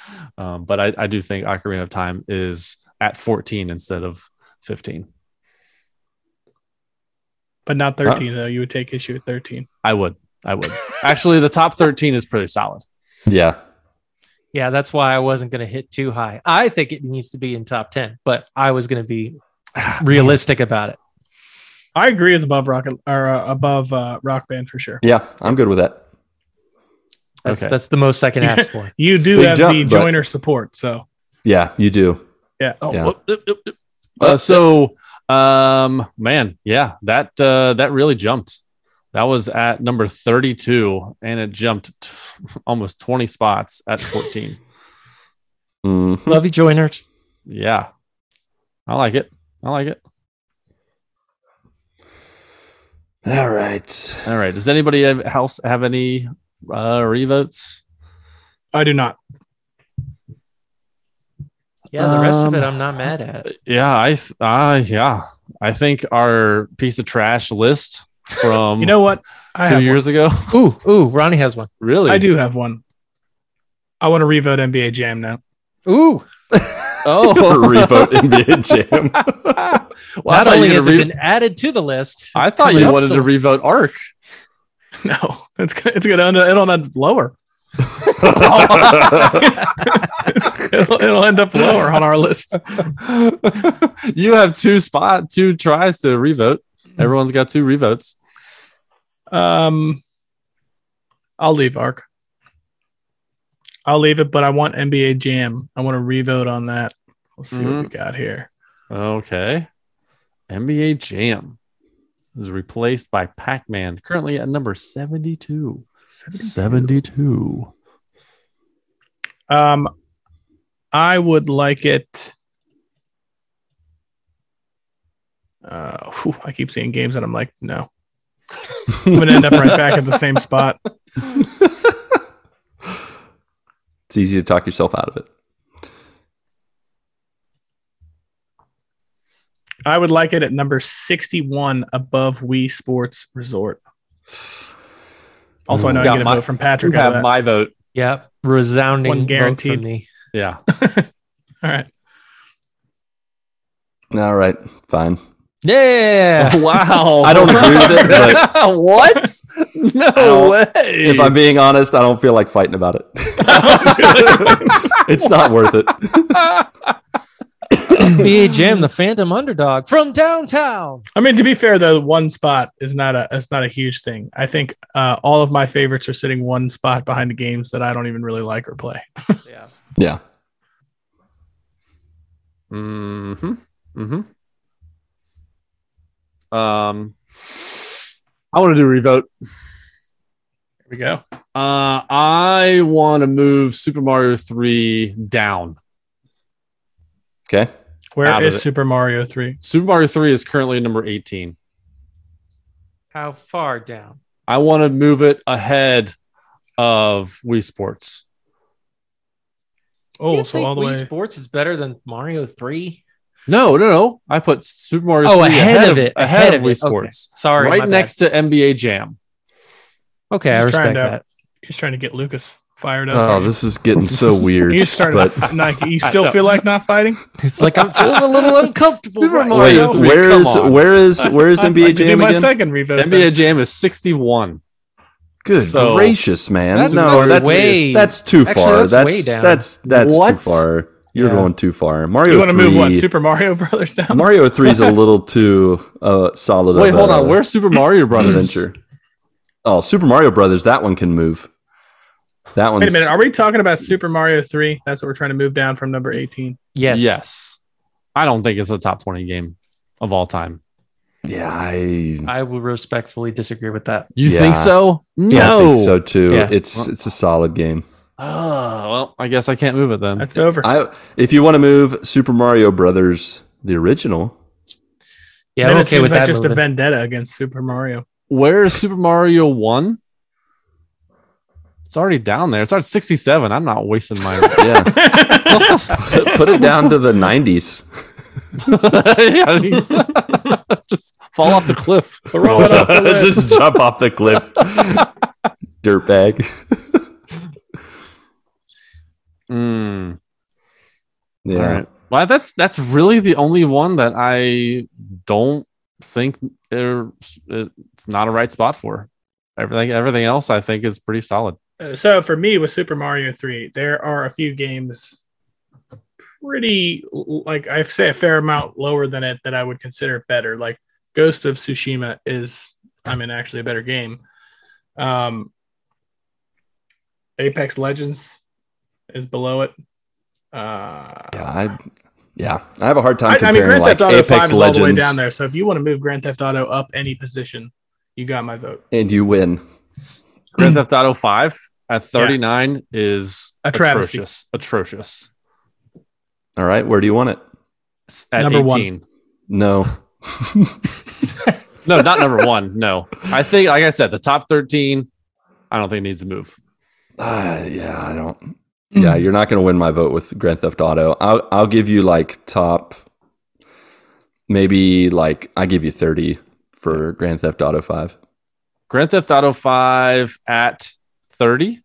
um, but I, I do think Ocarina of Time is at 14 instead of 15.
But not 13, though. You would take issue with 13.
I would. I would. Actually, the top 13 is pretty solid.
yeah.
yeah, that's why I wasn't going to hit too high. I think it needs to be in top ten, but I was going to be realistic about it.
I agree with above rock or uh, above uh, rock band for sure.
Yeah. I'm good with that.
That's
Okay.
that's the most I can ask for.
You do
Big
have
jump,
the
but-
joiner support, so
Yeah. You do.
Oh,
Yeah.
whoop, whoop, whoop, whoop. Uh, so Um, man, yeah, that uh, that really jumped. That was at number 32, and it jumped t- almost 20 spots at 14.
Mhm.
Love you, joiners.
yeah, I like it. I like it.
All right.
All right. Does anybody have- else have any uh, revotes?
I do not.
Yeah, the rest of it
Um,
I'm not mad at.
Yeah, I th- uh, yeah, I think our piece of trash list from
Hmm.
You know what? I
two
have
years ago.
Ooh, ooh, Ronnie has one.
really,
One. I do have one. I want to revote NBA Jam now.
Ooh,
Or
Oh,
revote NBA Jam.
well, I
not
thought
only
you
has
were
it
re-
been added to the list,
I thought
coming
you
up
wanted to
soon.
revote Arc.
No, it's gonna, it's gonna end, it'll end up lower. It'll, it'll end up lower on our list.
you have two spot, two tries to revote. Everyone's got two revotes.
Um, I'll leave Arc. I'll leave it, but I want NBA Jam. I want to revote on that. Let's see
Mm-hmm.
what we got here.
Okay. NBA Jam is replaced by Pac Man, currently at number 72. 72.
Um, I would like it. Uh, whew, I keep seeing games and I'm like, no, I'm gonna end up right back at the same spot.
It's easy to talk yourself out of it.
I would like it at number 61 above Wii Sports Resort. Also, I
You
know I
got
get a
my-
vote from
You
Patrick. out of
have
that.
my vote.
yeah, resounding
One
vote
guaranteed.
from me.
Yeah.
All right.
All right. Fine.
Yeah,
wow.
I don't agree
Oh,
with it, but-
what? No
Ow.
way.
If I'm being honest, I don't feel like fighting about it. it's not worth it.
NBA Jam, the Phantom Underdog from downtown.
I mean, to be fair, though, one spot is not a it's not a huge thing. I think uh, all of my favorites are sitting one spot behind the games that I don't even really like or play.
Yeah,
Yeah.
Mm-hmm. Mm-hmm. Um, I want to do revote.
Here we go.
Uh, I want to move Super Mario 3 down.
Okay.
Where
Out of
is
it.
Super Mario Three?
Super Mario 3 is currently number 18.
how far down?
I want to move it ahead of Wii Sports.
Oh,
You
so
think
all the
Wii
way.
Sports is better than Mario Three.
No, no, no. I put Super Mario
Oh,
3
ahead, of it,
Ahead, of Wii
it. Okay.
Sports.
Sorry, my
right
bad.
next to NBA Jam.
Okay, I
Just trying
respect
to-
that.
He's trying to get Lucas fired up.
Oh, this is getting so weird.
you started.
But
not, you
I
still
know.
feel like not fighting?
It's like I'm feeling a little uncomfortable.
Super
right now.
wait,
Mario three,
where
come
is
on.
where is where is
I'd like
NBA
to do
Jam
my
again?
second revote.
NBA Jam is 61.
Good
So-
gracious, man!
That's-
no,
that's
that's
way-
that's too
Actually,
far.
that's
That's
way down.
that's that's
What?
too far. You're
Yeah.
going too far.
then.
Mario,
You want to move what?
3
Super Mario Brothers down?
Mario three is a little too uh, solid.
Wait,
of
hold
a
on. Where's Super Mario Brothers?
adventure. Oh, Super Mario Brothers. That one can move. That one.
Wait a minute. Are we talking about Super Mario Three? That's what we're trying to move down from number 18.
Yes.
yes. I don't think it's a top 20 game of all time.
Yeah, I.
I will respectfully disagree with that.
You
Yeah.
think so?
Yeah, I
No.
think so too.
Yeah.
It's it's a solid game.
Oh, well, I guess I can't move it then.
That's over.
I if you want to move Super Mario Brothers, the original,
Yeah,
Then
I'm
it
okay
seems
with
like
that.
Just a
movement.
vendetta against Super Mario.
Where is Super Mario 1? It's already down there. It's already 67. I'm not wasting my.
yeah, put, put it down to the nineties.
Yeah, I mean, just fall off the cliff.
Throw it up. the list.
Just jump off the cliff, dirtbag.
Mm.
Yeah,
All right. Well, that's that's really the only one that I don't think there- it's not a right spot for. Everything everything else I think is pretty solid.
Uh, so for me with Super Mario 3, there are a few games pretty l- like I say a fair amount lower than it that I would consider better. Like Ghost of Tsushima is I mean actually a better game. Um Apex Legends is below it. Uh
yeah. I Yeah, I have a hard time
I, I mean,
comparing
Grand
like
Theft Auto
Apex
5 is all the way
Legends
down there. So if you want to move Grand Theft Auto up any position, you got my vote.
and you win.
Grand Theft Auto 5 at 39 is
Hmm. A travesty.
atrocious. Atrocious.
All right, where do you want it?
It's At
Number one.
18.
No.
No, not number one. No. I think, like I said, the top 13, I don't think it needs to move.
Uh, yeah, I don't. Yeah,
Hmm.
you're not going to win my vote with Grand Theft Auto. I'll I'll give you like top, maybe like I give you thirty for Grand Theft Auto Five.
Grand Theft Auto 5 at 30.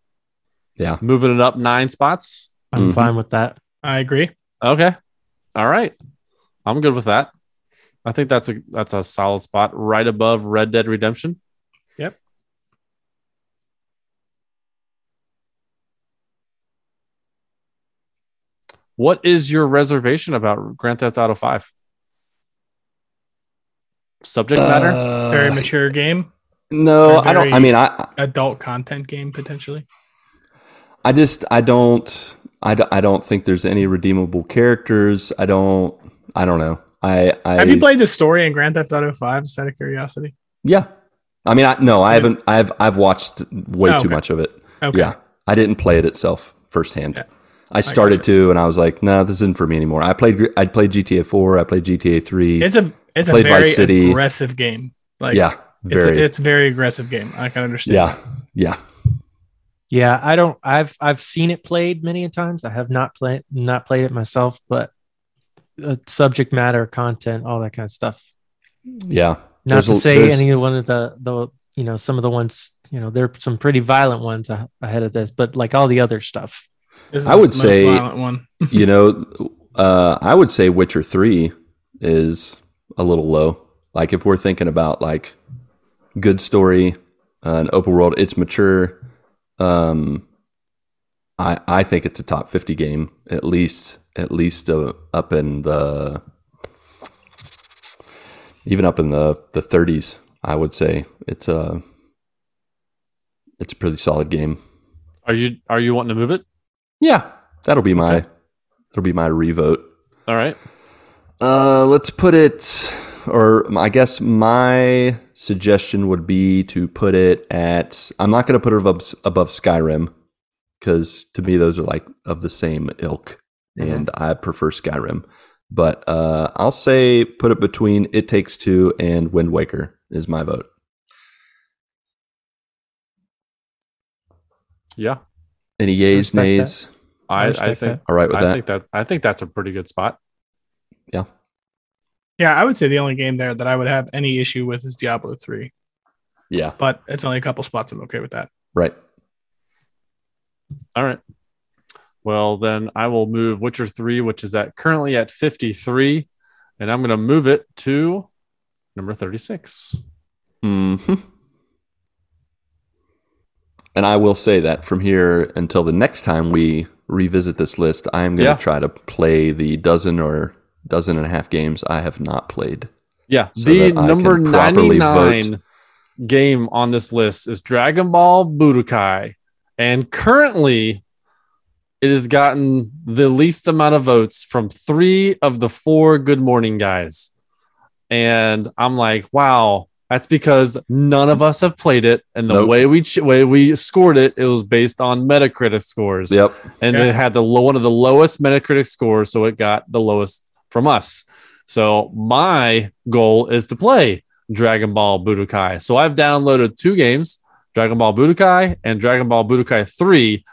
Yeah.
Moving it up nine spots.
I'm
Mhm.
fine with that.
I agree.
Okay. All right. I'm good with that. I think that's a that's a solid spot right above Red Dead Redemption.
Yep.
What is your reservation about Grand Theft Auto 5? Subject
Uh,
matter?
Very mature game,
No,
Or
I don't.
very-
I mean, I
adult content game potentially.
I just I don't I, don't- I don't think there's any redeemable characters. I don't I don't know. I, I
Have you played the story in Grand Theft Auto 5? Just out of curiosity.
Yeah. I mean, I no, I
Yeah.
haven't. I've I've watched way
Oh,
too
okay.
much of it.
Okay.
Yeah, I didn't play it itself firsthand.
Yeah.
I started
gotcha.
to, and I was like, no, this isn't for me anymore. I played gr- I played GTA Four. I played GTA Three.
It's a it's a
Played Vice
very
City.
aggressive game. Like
yeah,
it's
very.
a, it's a very aggressive game. I can understand.
yeah, yeah.
Yeah, I don't. I've I've seen it played many a times. I have not played not played it myself, but uh, subject matter, content, all that kind of stuff.
Yeah.
Not
There's
to
a-
say
there's-
any one of the the you know some of the ones you know there are some pretty violent ones a- ahead of this, but like all the other stuff.
This is
I
the
would
most
say-
violent one.
you know, uh, I would say Witcher Three is a little low. Like if we're thinking about like good story, uh, an open world, it's mature. Um, I I think it's a top fifty game at least, at least uh, up in the even up in the the thirties. I would say it's a it's a pretty solid game.
Are you are you wanting to move it?
Yeah, that'll be my that'll be my revote.
All right.
Uh, let's put it, or I guess my suggestion would be to put it at. I'm not going to put it above, above Skyrim because to me those are like of the same ilk, and I prefer Skyrim. But uh, I'll say put it between It Takes Two and Wind Waker is my vote.
Yeah.
Any yays,
Respect that.
nays?
I, I
respect
think
All right with
I
that.
think that I think that's a pretty good spot.
Yeah, I would say the only game there that I would have any issue with is Diablo 3,
yeah,
but it's only a couple spots. I'm okay with that.
right.
All right. Well, then I will move Witcher 3, which is at currently at 53, and I'm going to move it to number 36.
hmm And I will say that from here until the next time we revisit this list, I am going to
Yeah.
try to play the dozen or dozen and a half games I have not played.
Yeah.
So
the
that I
number
can properly
99 game on this list is Dragon Ball Budokai. And currently, it has gotten the least amount of votes from three of the four Good Morning guys. And I'm like, wow, that's because none of us have played it. And the
Nope.
way we ch- way we scored it, it was based on Metacritic scores
Yep.
and
Yeah.
it had the low one of the lowest Metacritic scores, so it got the lowest from us. So my goal is to play Dragon Ball Budokai. So I've downloaded two games, Dragon Ball Budokai and Dragon Ball Budokai 3,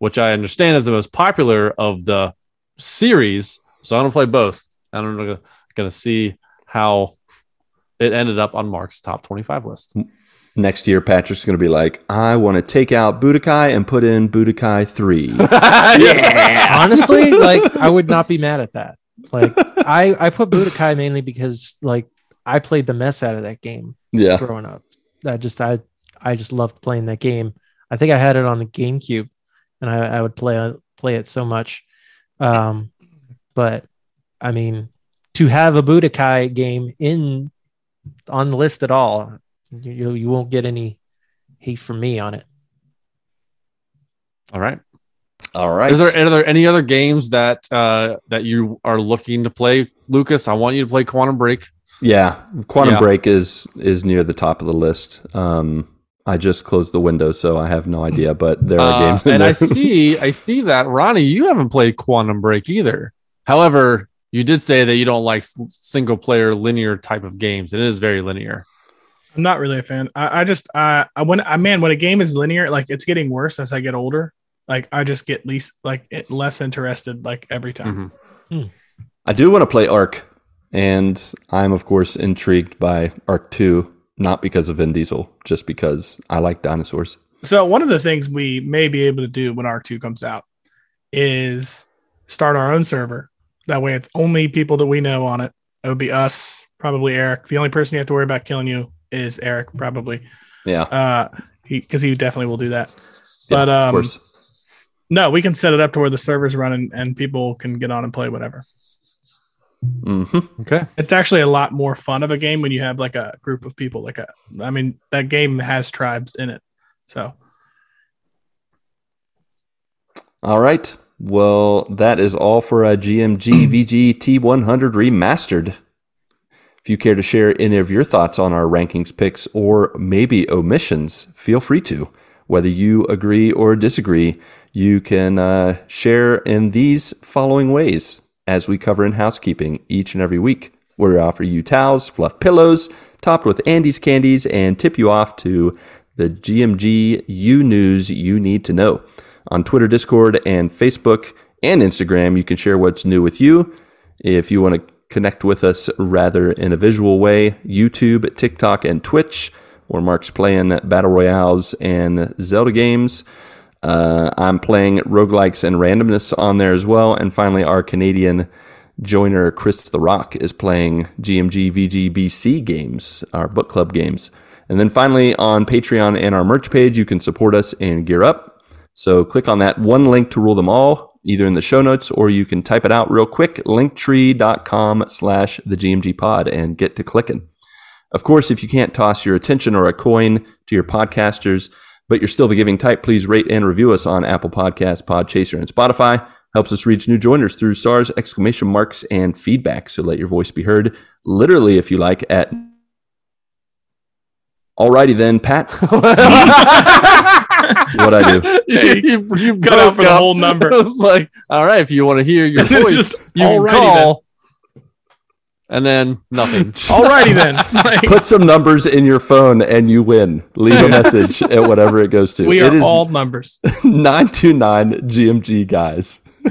which I understand is the most popular of the series. So I'm gonna play both. And I'm gonna, gonna see how it ended up on Mark's top 25 list.
Next year, Patrick's going to be like, I want to take out Budokai and put in Budokai 3. yeah.
Honestly, like I would not be mad at that. Like I I put Budokai mainly because like I played the mess out of that game
Yeah.
growing up. I just I I just loved playing that game. I think I had it on the GameCube, and I, I would play uh, play it so much. Um, but I mean, to have a Budokai game in on the list at all, you- you you won't get any hate from me on it.
All right.
All right.
Is there are there any other games that uh, that you are looking to play, Lucas? I want you to play Quantum Break.
Yeah, Quantum
Yeah.
Break is is near the top of the list. Um, I just closed the window, so I have no idea. But there are
Uh,
games, in
and I
there.
see, I see that Ronnie, you haven't played Quantum Break either. However, you did say that you don't like s- single player linear type of games. and It is very linear.
I'm not really a fan. I, I just I, I when I man when a game is linear, like it's getting worse as I get older. Like I just get least like it, less interested like every time.
Mhm.
I do want to play Ark, and I'm of course intrigued by Ark Two, not because of Vin Diesel, just because I like dinosaurs.
So one of the things we may be able to do when R2 comes out is start our own server. That way it's only people that we know on it. It would be us, probably Eric. The only person you have to worry about killing you is Eric, probably.
Yeah,
Uh he because he definitely will do that.
Yeah,
But
of
um
course.
no, we can set it up to where the servers run and, and people can get on and play whatever.
hmm
Okay.
It's actually a lot more fun of a game when you have like a group of people. Like a I mean, that game has tribes in it. So
All right. Well, that is all for a GMG VGT 100 remastered. If you care to share any of your thoughts on our rankings, picks, or maybe omissions, feel free to. Whether you agree or disagree, you can uh, share in these following ways as we cover in housekeeping each and every week, where we offer you towels, fluff pillows, topped with Andy's candies, and tip you off to the GMG U news you need to know. On Twitter, Discord, and Facebook and Instagram, you can share what's new with you. If you want to connect with us rather in a visual way, YouTube, TikTok, and Twitch, where Mark's playing Battle Royales and Zelda games. Uh, I'm playing Roguelikes and Randomness on there as well. And finally, our Canadian joiner, Chris The Rock, is playing GMG VGBC games, our book club games. And then finally, on Patreon and our merch page, you can support us and gear up. So click on that one link to rule them all, either in the show notes or you can type it out real quick, linktree.com slash the GMG pod and get to clicking. Of course, if you can't toss your attention or a coin to your podcasters, but you're still the giving type, please rate and review us on Apple Podcasts, Podchaser, and Spotify. Helps us reach new joiners through stars, exclamation marks, and feedback. So let your voice be heard, literally, if you like, at Alrighty then, Pat, what I do.
Yeah, you cut out for the whole number.
It's like, all right, if you want to hear your
And then
voice,
just,
you can
"Alrighty
call. And then nothing.
Alrighty then. Like,
Put some numbers in your phone and you win. Leave a message at whatever it goes to.
we
it
are
is
all numbers.
929 GMG guys.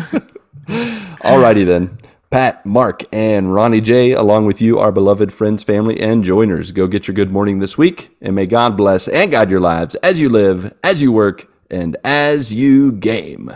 Alrighty then. Pat, Mark, and Ronnie J, along with you, our beloved friends, family, and joiners. Go get your good morning this week, and may God bless and guide your lives as you live, as you work, and as you game.